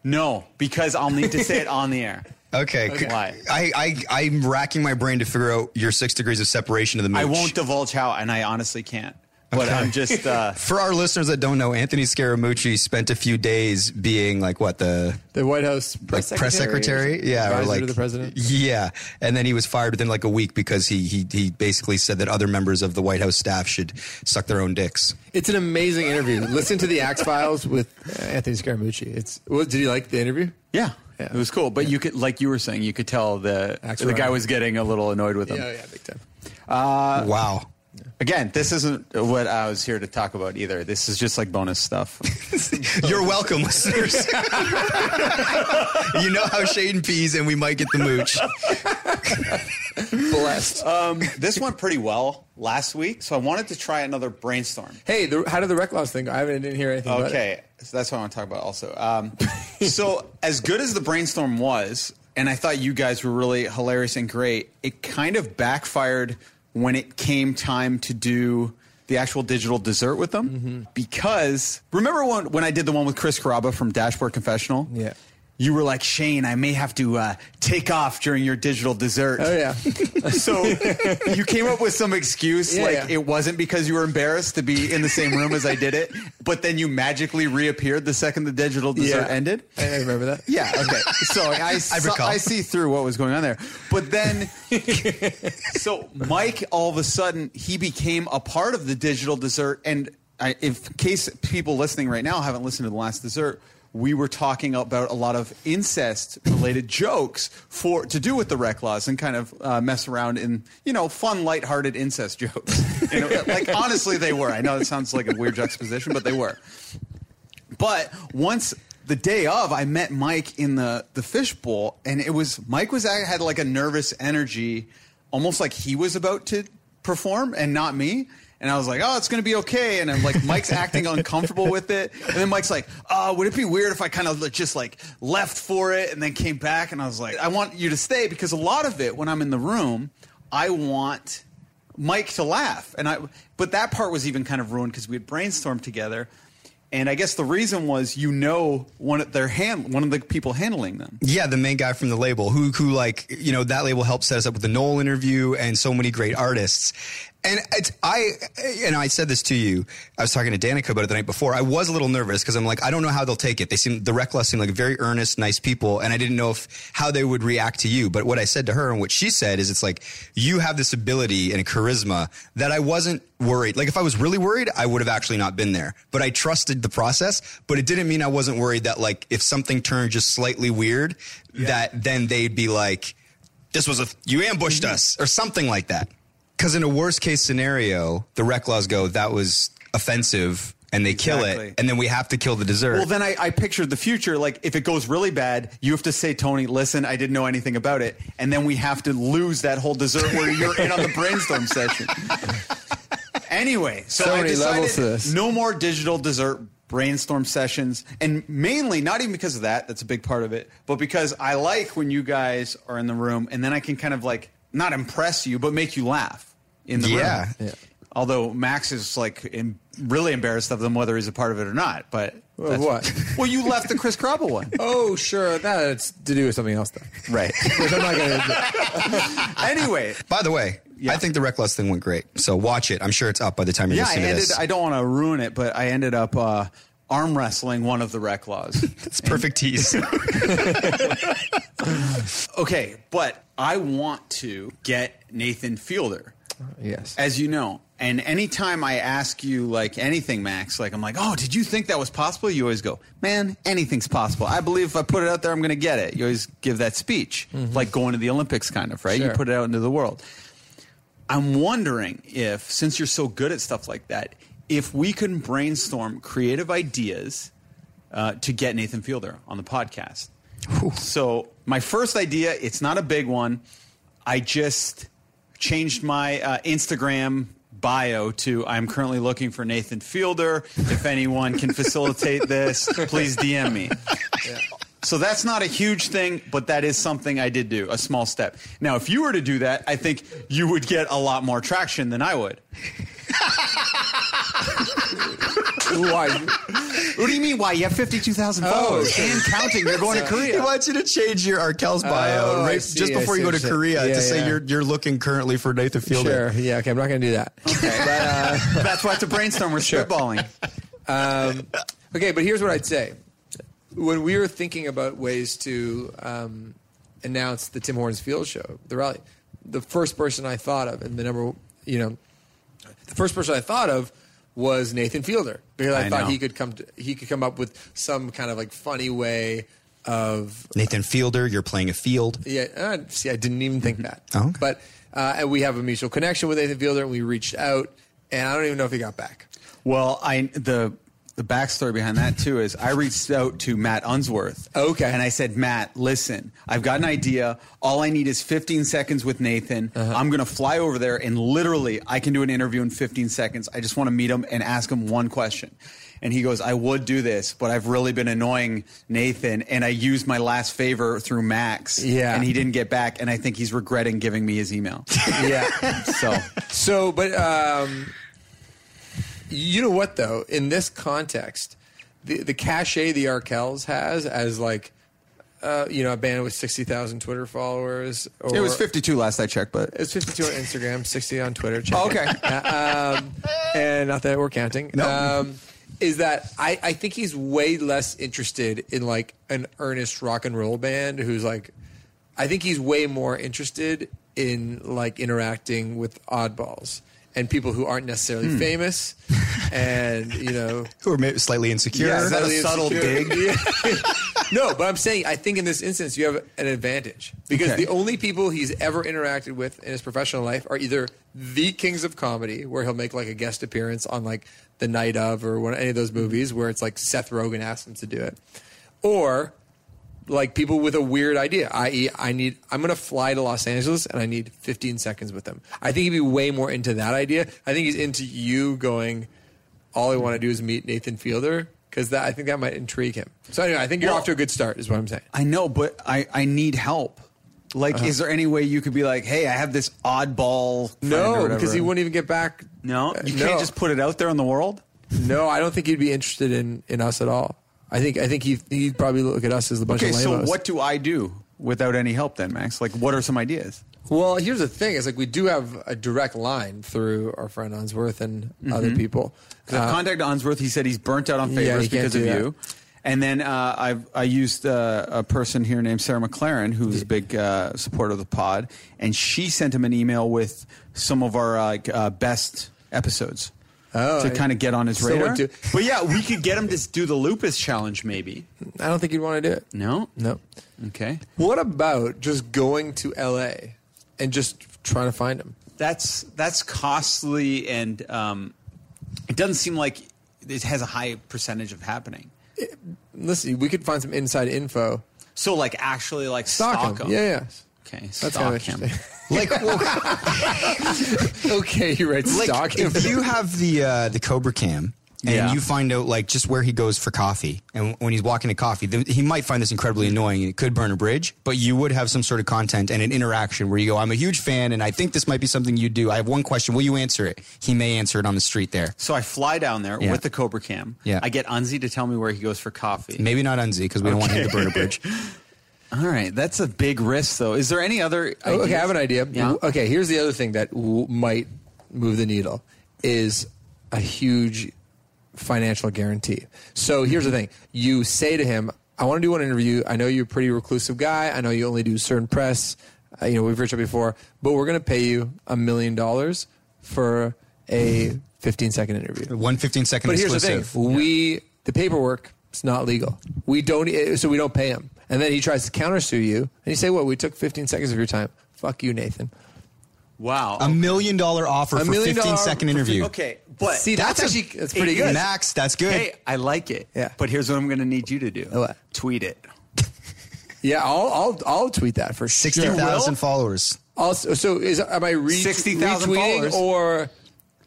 Speaker 3: No, because I'll need to say it on the air.
Speaker 2: [laughs]
Speaker 1: Okay.
Speaker 3: Okay. Why?
Speaker 1: I, I I'm racking my brain to figure out your six degrees of separation of the mooch.
Speaker 3: I won't divulge how, and I honestly can't. But I'm just uh,
Speaker 1: For our listeners that don't know, Anthony Scaramucci spent a few days being like what the
Speaker 2: The White House
Speaker 1: like
Speaker 2: press
Speaker 1: press secretary, yeah, or
Speaker 2: advisor
Speaker 1: like
Speaker 2: to the president.
Speaker 1: yeah. And then he was fired within like a week because he he he basically said that other members of the White House staff should suck their own dicks.
Speaker 2: It's an amazing interview. Listen to the Axe Files with uh, Anthony Scaramucci. It's what, did you like the interview?
Speaker 3: yeah,
Speaker 2: [laughs] Yeah.
Speaker 3: it was cool. But you could, like you were saying, you could tell the
Speaker 2: Axe
Speaker 3: the guy
Speaker 2: around.
Speaker 3: was getting a little annoyed with him.
Speaker 2: big time. Uh, [laughs]
Speaker 1: wow.
Speaker 3: Again, this isn't what I was here to talk about either. This is just like
Speaker 2: [laughs]
Speaker 3: bonus stuff.
Speaker 1: You're welcome, listeners. [laughs] you know how Shane pees, and we might get the mooch.
Speaker 2: Blessed.
Speaker 3: um, this went pretty well last week, so I wanted to try another brainstorm.
Speaker 2: hey, the, how did the rec loss thing go? I haven't I didn't hear anything. About it.
Speaker 3: [laughs] Okay, so that's what I want to talk about also. Um, so, as good as the brainstorm was, and I thought you guys were really hilarious and great. It kind of backfired when it came time to do the actual digital dessert with them
Speaker 2: Mm-hmm.
Speaker 3: because remember when, when I did the one with Chris Caraba from Dashboard Confessional?
Speaker 2: Yeah.
Speaker 3: You were like, Shane, I may have to uh, take off during your digital dessert.
Speaker 2: Oh yeah.
Speaker 3: So you came up with some excuse,
Speaker 2: Yeah,
Speaker 3: like
Speaker 2: yeah.
Speaker 3: it wasn't because you were embarrassed to be in the same room as I did it, but then you magically reappeared the second the digital dessert
Speaker 2: Yeah.
Speaker 3: ended.
Speaker 2: I I remember that.
Speaker 3: Yeah. Okay. So
Speaker 2: [laughs]
Speaker 3: I I, saw-
Speaker 9: recall.
Speaker 3: I see through what was going on there, but then so Mike all of a sudden he became a part of the digital dessert. And I, if in case people listening right now haven't listened to the last dessert, we were talking about a lot of incest related [laughs] jokes for to do with the rec laws and kind of uh, mess around in you know fun lighthearted incest jokes. [laughs] You know, like honestly, they were. I know it sounds like a weird juxtaposition, but they were. But once the day of, I met Mike in the the fishbowl, and it was Mike was I had like a nervous energy, almost like he was about to perform and not me. And I was like, "Oh, it's going to be okay." And I'm like, Mike's acting uncomfortable with it. And then Mike's like, "Oh, would it be weird if I kind of just like left for it and then came back?" And I was like, "I want you to stay because a lot of it when I'm in the room, I want Mike to laugh." And I but that part was even kind of ruined because we had brainstormed together. And I guess the reason was you know one of their hand one of the people handling them.
Speaker 1: Yeah, the main guy from the label who who like you know that label helped set us up with the Noel interview and so many great artists. And it's I and I said this to you. I was talking to Danica about it the night before. I was a little nervous because I'm like I don't know how they'll take it. They seem the Reckless seem like very earnest, nice people, and I didn't know if how they would react to you. But what I said to her and what she said is it's like you have this ability and charisma that I wasn't worried. Like if I was really worried, I would have actually not been there. But I trusted the process, but it didn't mean I wasn't worried that like if something turned just slightly weird, that then they'd be like, this was a, you ambushed
Speaker 3: Mm-hmm.
Speaker 1: us or something like that. Cause in a worst case scenario, the rec laws go, that was offensive and they kill
Speaker 3: Exactly.
Speaker 1: it. And then we have to kill the dessert.
Speaker 3: Well, then I, I pictured the future. Like, if it goes really bad, you have to say, Tony, listen, I didn't know anything about it. And then we have to lose that whole dessert where you're in on the brainstorm session. [laughs] anyway, so,
Speaker 8: So
Speaker 3: I
Speaker 8: many
Speaker 3: decided
Speaker 8: levels to this.
Speaker 3: no more digital dessert brainstorm sessions. And mainly, not even because of that, that's a big part of it, but because I like when you guys are in the room and then I can kind of like not impress you, but make you laugh in the
Speaker 1: Yeah.
Speaker 3: room.
Speaker 1: Yeah.
Speaker 3: Although Max is like em- really embarrassed of them, whether he's a part of it or not. But
Speaker 2: Well,
Speaker 3: that's-
Speaker 2: what?
Speaker 3: Well, you left the Chris Caraba one,
Speaker 2: Oh sure, that's to do with something else though.
Speaker 3: right?
Speaker 2: Which I'm not gonna.
Speaker 3: anyway,
Speaker 1: By the way, I think the rec laws thing went great. So watch it. I'm sure it's up by the time you're
Speaker 3: yeah, I
Speaker 1: listening to
Speaker 3: ended.
Speaker 1: this.
Speaker 3: I don't want to ruin it, but I ended up uh, arm wrestling one of the rec laws.
Speaker 1: it's perfect tease.
Speaker 3: [laughs] okay, but I want to get Nathan Fielder.
Speaker 2: [laughs] Yes.
Speaker 3: as you know. And anytime I ask you like anything, Max, like I'm like, oh, did you think that was possible? You always go, man, anything's possible. I believe if I put it out there, I'm going to get it. You always give that speech, like going to the Olympics, kind of, right? You
Speaker 2: Mm-hmm. Sure.
Speaker 3: put it out into the world. I'm wondering if, since you're so good at stuff like that, if we can brainstorm creative ideas uh, to get Nathan Fielder on the podcast. So my first idea, it's not a big one. I just changed my uh, Instagram bio to I'm currently looking for Nathan Fielder. If anyone can facilitate this, please DM me. So that's not a huge thing, but that is something I did do, a small step. Now, if you were to do that, I think you would get a lot more traction than I would.
Speaker 2: Why?
Speaker 3: What do you mean? Why? You have 52,000 followers
Speaker 2: okay.
Speaker 3: Oh, and counting. You're going to
Speaker 1: He
Speaker 3: Korea.
Speaker 1: wants you to change your Arkel's bio
Speaker 2: Oh, I
Speaker 1: right,
Speaker 2: see,
Speaker 1: just
Speaker 2: I
Speaker 1: before
Speaker 2: see,
Speaker 1: you go
Speaker 2: I
Speaker 1: to
Speaker 2: see.
Speaker 1: Korea
Speaker 2: Yeah,
Speaker 1: to say
Speaker 2: yeah.
Speaker 1: you're you're looking currently for Nathan Fielder.
Speaker 2: Sure. Yeah. Okay. I'm not gonna do that.
Speaker 3: [laughs] That's why it's a brainstorm. We're spitballing.
Speaker 2: Okay, but here's what I'd say. When we were thinking about ways to um, announce the Tim Hortons Field Show, the rally, the first person I thought of, and the number, you know, the first person I thought of was Nathan Fielder because I,
Speaker 3: I
Speaker 2: thought
Speaker 3: know.
Speaker 2: he could come to, he could come up with some kind of like funny way of
Speaker 1: Nathan Fielder, you're playing a field.
Speaker 2: yeah. Uh, see, I didn't even think that.
Speaker 1: Oh, okay.
Speaker 2: But uh, and we have a mutual connection with Nathan Fielder, and we reached out, and I don't even know if he got back.
Speaker 3: Well, I the the backstory behind that too is I reached out to Matt Unsworth.
Speaker 2: Okay.
Speaker 3: And I said, Matt, listen, I've got an idea. All I need is 15 seconds with Nathan. I'm going to fly over there and literally I can do an interview in 15 seconds. I just want to meet him and ask him one question. And he goes, I would do this, but I've really been annoying Nathan and I used my last favor through Max.
Speaker 2: Yeah.
Speaker 3: And he didn't get back. And I think he's regretting giving me his [laughs] email.
Speaker 2: yeah.
Speaker 3: so
Speaker 2: So, but um, you know what though? In this context, the the cachet the Arkells has as like, uh, you know, a band with sixty thousand Twitter followers. Or
Speaker 3: it was 52 last I checked, but
Speaker 2: It was fifty two on Instagram, sixty on Twitter. Check
Speaker 3: Oh,
Speaker 2: it.
Speaker 3: okay.
Speaker 2: Uh, um, and not that we're counting. Um, is that I, I think he's way less interested in like an earnest rock and roll band who's like I think he's way more interested in like interacting with oddballs and people who aren't necessarily famous and you know
Speaker 1: Who are maybe slightly insecure.
Speaker 2: yeah,
Speaker 3: that a
Speaker 2: slightly
Speaker 3: subtle
Speaker 2: insecure. [laughs] Yeah. [laughs] no, but I'm saying I think in this instance you have an advantage because
Speaker 3: Okay.
Speaker 2: the only people he's ever interacted with in his professional life are either the kings of comedy, where he'll make like a guest appearance on like the night of or one, any of those movies where it's like Seth Rogen asks him to do it, or like people with a weird idea, i.e., I need I'm going to fly to Los Angeles and I need 15 seconds with them. I think he'd be way more into that idea. I think he's into you going. All I want to do is meet Nathan Fielder because that I think that might intrigue him. So anyway, I think you're
Speaker 3: Well-
Speaker 2: off to a good start, is what I'm saying.
Speaker 3: I know, but I, I need help. Like,
Speaker 2: Uh-huh.
Speaker 3: is there any way you could be like, hey, I have this oddball? friend or
Speaker 2: No,
Speaker 3: whatever?
Speaker 2: because he wouldn't even get back.
Speaker 3: No,
Speaker 2: Uh,
Speaker 3: you
Speaker 2: no.
Speaker 3: can't just put it out there in the world.
Speaker 2: No, I don't think he'd be interested in in us at all. I think I think he he'd probably look at us as a bunch
Speaker 3: Okay,
Speaker 2: of
Speaker 3: so
Speaker 2: lamos.
Speaker 3: what do I do without any help then, Max? Like, what are some ideas?
Speaker 2: Well, here's the thing: is like we do have a direct line through our friend Unsworth and
Speaker 3: Mm-hmm.
Speaker 2: other people. Uh,
Speaker 3: 'Cause I've contacted Onsworth. He said he's burnt out on
Speaker 2: Yeah, you
Speaker 3: favors
Speaker 2: can't
Speaker 3: because of
Speaker 2: do that.
Speaker 3: you. And then uh, I've I used uh, a person here named Sarah McLaren, who's a big uh, supporter of the pod, and she sent him an email with some of our like uh, best episodes
Speaker 2: Oh,
Speaker 3: to kind of get on his
Speaker 2: So what
Speaker 3: radar.
Speaker 2: do-
Speaker 3: but yeah, we could get him to do the lupus challenge, maybe.
Speaker 2: I don't think you'd want to do it.
Speaker 3: No,
Speaker 2: No.
Speaker 3: Okay,
Speaker 2: What about just going to L.A. and just trying to find him?
Speaker 3: that's that's costly, and um, it doesn't seem like it has a high percentage of happening.
Speaker 2: Listen, we could find some inside info.
Speaker 3: So like actually like
Speaker 2: Stalk,
Speaker 3: stalk,
Speaker 2: him. Yeah, yeah.
Speaker 3: Okay,
Speaker 2: That's
Speaker 3: stalk
Speaker 2: kind of
Speaker 3: him.
Speaker 2: interesting.
Speaker 3: [laughs]
Speaker 2: like, [laughs] okay, you're right. Stalk him. [laughs]
Speaker 1: if you have the uh, the Cobra Cam and
Speaker 3: Yeah.
Speaker 1: you find out like just where he goes for coffee and when he's walking to coffee, th- he might find this incredibly annoying and it could burn a bridge. But you would have some sort of content and an interaction where you go, "I'm a huge fan and I think this might be something you do. I have one question. Will you answer it?" He may answer it on the street there.
Speaker 3: So I fly down there
Speaker 1: Yeah.
Speaker 3: with the Cobra Cam.
Speaker 1: Yeah.
Speaker 3: I get Unzi to tell me where he goes for coffee.
Speaker 1: Maybe not Unzi because we don't want him to burn a bridge.
Speaker 3: All right, that's a big risk though. Is there any other?
Speaker 2: Oh, okay, I have an idea.
Speaker 3: Yeah.
Speaker 2: Okay, here's the other thing that w- might move the needle is a huge financial guarantee. So here's the thing: you say to him, "I want to do one interview. I know you're a pretty reclusive guy. I know you only do certain press. Uh, you know we've reached out before, but we're going to pay you a million dollars for a 15 second interview."
Speaker 1: One 15 second
Speaker 2: But here's the
Speaker 1: exclusive.
Speaker 2: thing: we the paperwork it's not legal. We don't, eh, so we don't pay him. And then he tries to countersue you, and you say, "What? We took 15 seconds of your time. Fuck you, Nathan."
Speaker 3: Wow.
Speaker 1: A million dollar offer
Speaker 2: A
Speaker 1: for
Speaker 2: million
Speaker 1: 15
Speaker 2: dollar
Speaker 1: second
Speaker 2: for
Speaker 1: interview.
Speaker 3: okay, but
Speaker 2: See, that's,
Speaker 1: That's a-
Speaker 2: actually that's pretty good.
Speaker 1: Max, that's good.
Speaker 3: hey, I like it.
Speaker 2: Yeah. Oh,
Speaker 3: But here's what I'm going to need you to do.
Speaker 2: What?
Speaker 3: Tweet it.
Speaker 2: Yeah, I'll I'll I'll tweet that for sure.
Speaker 1: 60,000 followers.
Speaker 2: Also, so is am I re-
Speaker 3: 60,000
Speaker 2: retweeting
Speaker 3: followers.
Speaker 2: or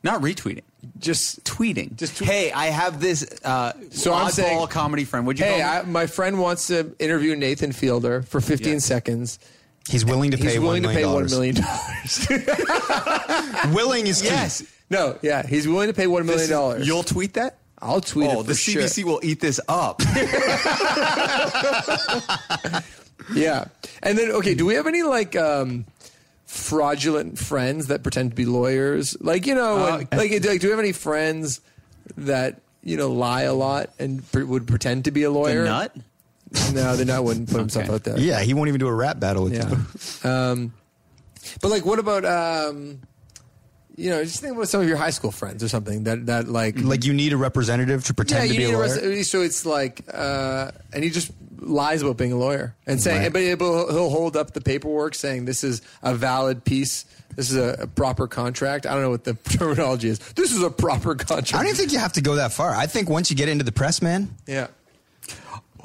Speaker 3: Not retweeting. Just tweeting.
Speaker 2: Just
Speaker 3: Just
Speaker 2: tweet-
Speaker 3: hey, I have this uh,
Speaker 2: So I'm
Speaker 3: oddball
Speaker 2: saying-
Speaker 3: comedy friend. Would you?
Speaker 2: hey, I,
Speaker 3: call me?
Speaker 2: my friend wants to interview Nathan Fielder for 15
Speaker 3: Yeah.
Speaker 2: seconds.
Speaker 1: He's willing to
Speaker 2: He's
Speaker 1: pay
Speaker 2: willing
Speaker 1: $1
Speaker 2: to pay
Speaker 1: million.
Speaker 2: one million dollars. [laughs]
Speaker 1: Willing is key.
Speaker 3: yes.
Speaker 2: no, yeah, he's willing to pay one
Speaker 3: This
Speaker 2: million
Speaker 3: is-
Speaker 2: dollars.
Speaker 3: You'll tweet that.
Speaker 2: I'll tweet it
Speaker 3: oh,
Speaker 2: for
Speaker 3: the CBC
Speaker 2: sure.
Speaker 3: will eat this
Speaker 2: [laughs]
Speaker 3: up.
Speaker 2: Yeah, and then okay, do we have any like? um fraudulent friends that pretend to be lawyers like you know
Speaker 3: Uh,
Speaker 2: when- like, like do we have any friends that you know lie a lot and pre- would pretend to be a
Speaker 3: the
Speaker 2: lawyer
Speaker 3: nut.
Speaker 2: No, the nut wouldn't put himself
Speaker 3: Okay.
Speaker 2: out there.
Speaker 1: Yeah, he won't even do a rap battle with
Speaker 2: Yeah.
Speaker 1: you.
Speaker 2: um, but like, what about um, you know, just think about some of your high school friends or something that that
Speaker 3: Mm-hmm.
Speaker 2: like
Speaker 1: Like you need a representative to
Speaker 2: yeah,
Speaker 1: pretend
Speaker 2: you
Speaker 1: to be
Speaker 2: need
Speaker 1: a
Speaker 2: a
Speaker 1: lawyer.
Speaker 2: rest- so it's like uh, and he just lies about being a lawyer and saying
Speaker 1: Right.
Speaker 2: but he'll he'll hold up the paperwork saying this is a valid piece. This is a, a proper contract. I don't know what the [laughs] terminology is. This is a proper contract.
Speaker 1: I don't even think you have to go that far. I think once you get into the press, man,
Speaker 2: yeah.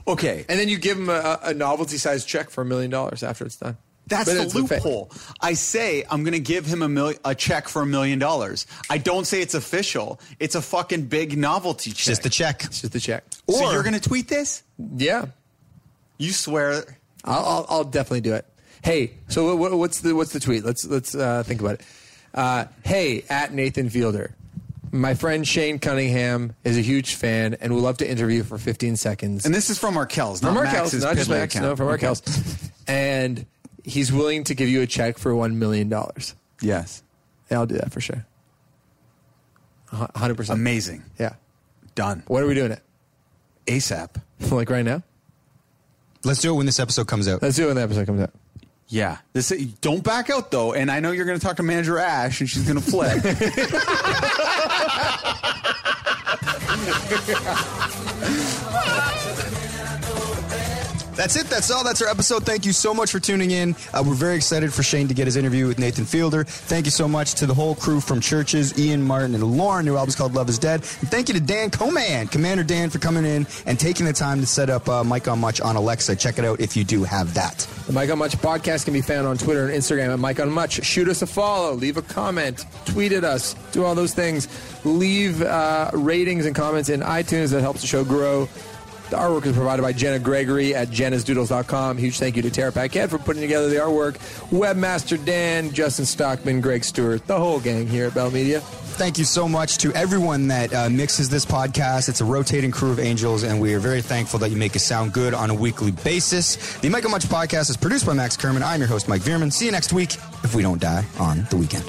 Speaker 3: Okay.
Speaker 2: And then you give him a, a novelty sized check for a million dollars after it's done.
Speaker 3: That's
Speaker 2: But
Speaker 3: the
Speaker 2: it's a fa-
Speaker 3: loophole. I say I'm going to give him a, mil- a check for a million dollars. I don't say it's official. It's a fucking big novelty check.
Speaker 1: it's just a check.
Speaker 2: It's just the check.
Speaker 3: So
Speaker 1: Or-
Speaker 3: you're going to tweet this?
Speaker 2: Yeah,
Speaker 3: You swear?
Speaker 2: I'll, I'll, I'll definitely do it. Hey, so what, what's the what's the tweet? Let's let's uh, think about it. Uh, hey, at Nathan Fielder, my friend Shane Cunningham is a huge fan and would love to interview for 15 seconds.
Speaker 3: And this is from Markel's, not
Speaker 2: from our
Speaker 3: Max's
Speaker 2: Kells, not just
Speaker 3: Piddly
Speaker 2: Max,
Speaker 3: account.
Speaker 2: no, from our
Speaker 3: Okay.
Speaker 2: Kells. and he's willing to give you a check for one million dollars.
Speaker 3: Yes.
Speaker 2: Yeah, I'll do that for sure. Hu- 100%.
Speaker 3: Amazing.
Speaker 2: Yeah.
Speaker 3: Done.
Speaker 2: When are we doing it? [laughs]
Speaker 3: ASAP.
Speaker 2: Like right now?
Speaker 1: Let's do it when this episode comes out.
Speaker 2: Let's do it when the episode comes out.
Speaker 3: Yeah. This don't back out though, and I know you're going to talk to manager Ash, and she's going to
Speaker 2: [laughs]
Speaker 3: flip.
Speaker 1: That's it. That's all. That's our episode. Thank you so much for tuning in. Uh, we're very excited for Shane to get his interview with Nathan Fielder. Thank you so much to the whole crew from Churches, Ian Martin and Lauren. New album's called Love Is Dead. And thank you to Dan Coman, Commander Dan, for coming in and taking the time to set up uh, Mike on Much on Alexa. Check it out if you do have that.
Speaker 2: The Mike on Much podcast can be found on Twitter and Instagram at Mike on Much. Shoot us a follow, leave a comment, tweet at us, do all those things. Leave uh, ratings and comments in iTunes that helps the show grow. The artwork is provided by Jenna Gregory at jennasdoodles.com. Huge thank you to Tara Paquette for putting together the artwork. Webmaster Dan, Justin Stockman, Greg Stewart, the whole gang here at Bell Media.
Speaker 1: Thank you so much to everyone that uh, mixes this podcast. It's a rotating crew of angels, and we are very thankful that you make us sound good on a weekly basis. The Michael Much podcast is produced by Max Kerman. I'm your host, Mike Vierman. See you next week if we don't die on the weekend.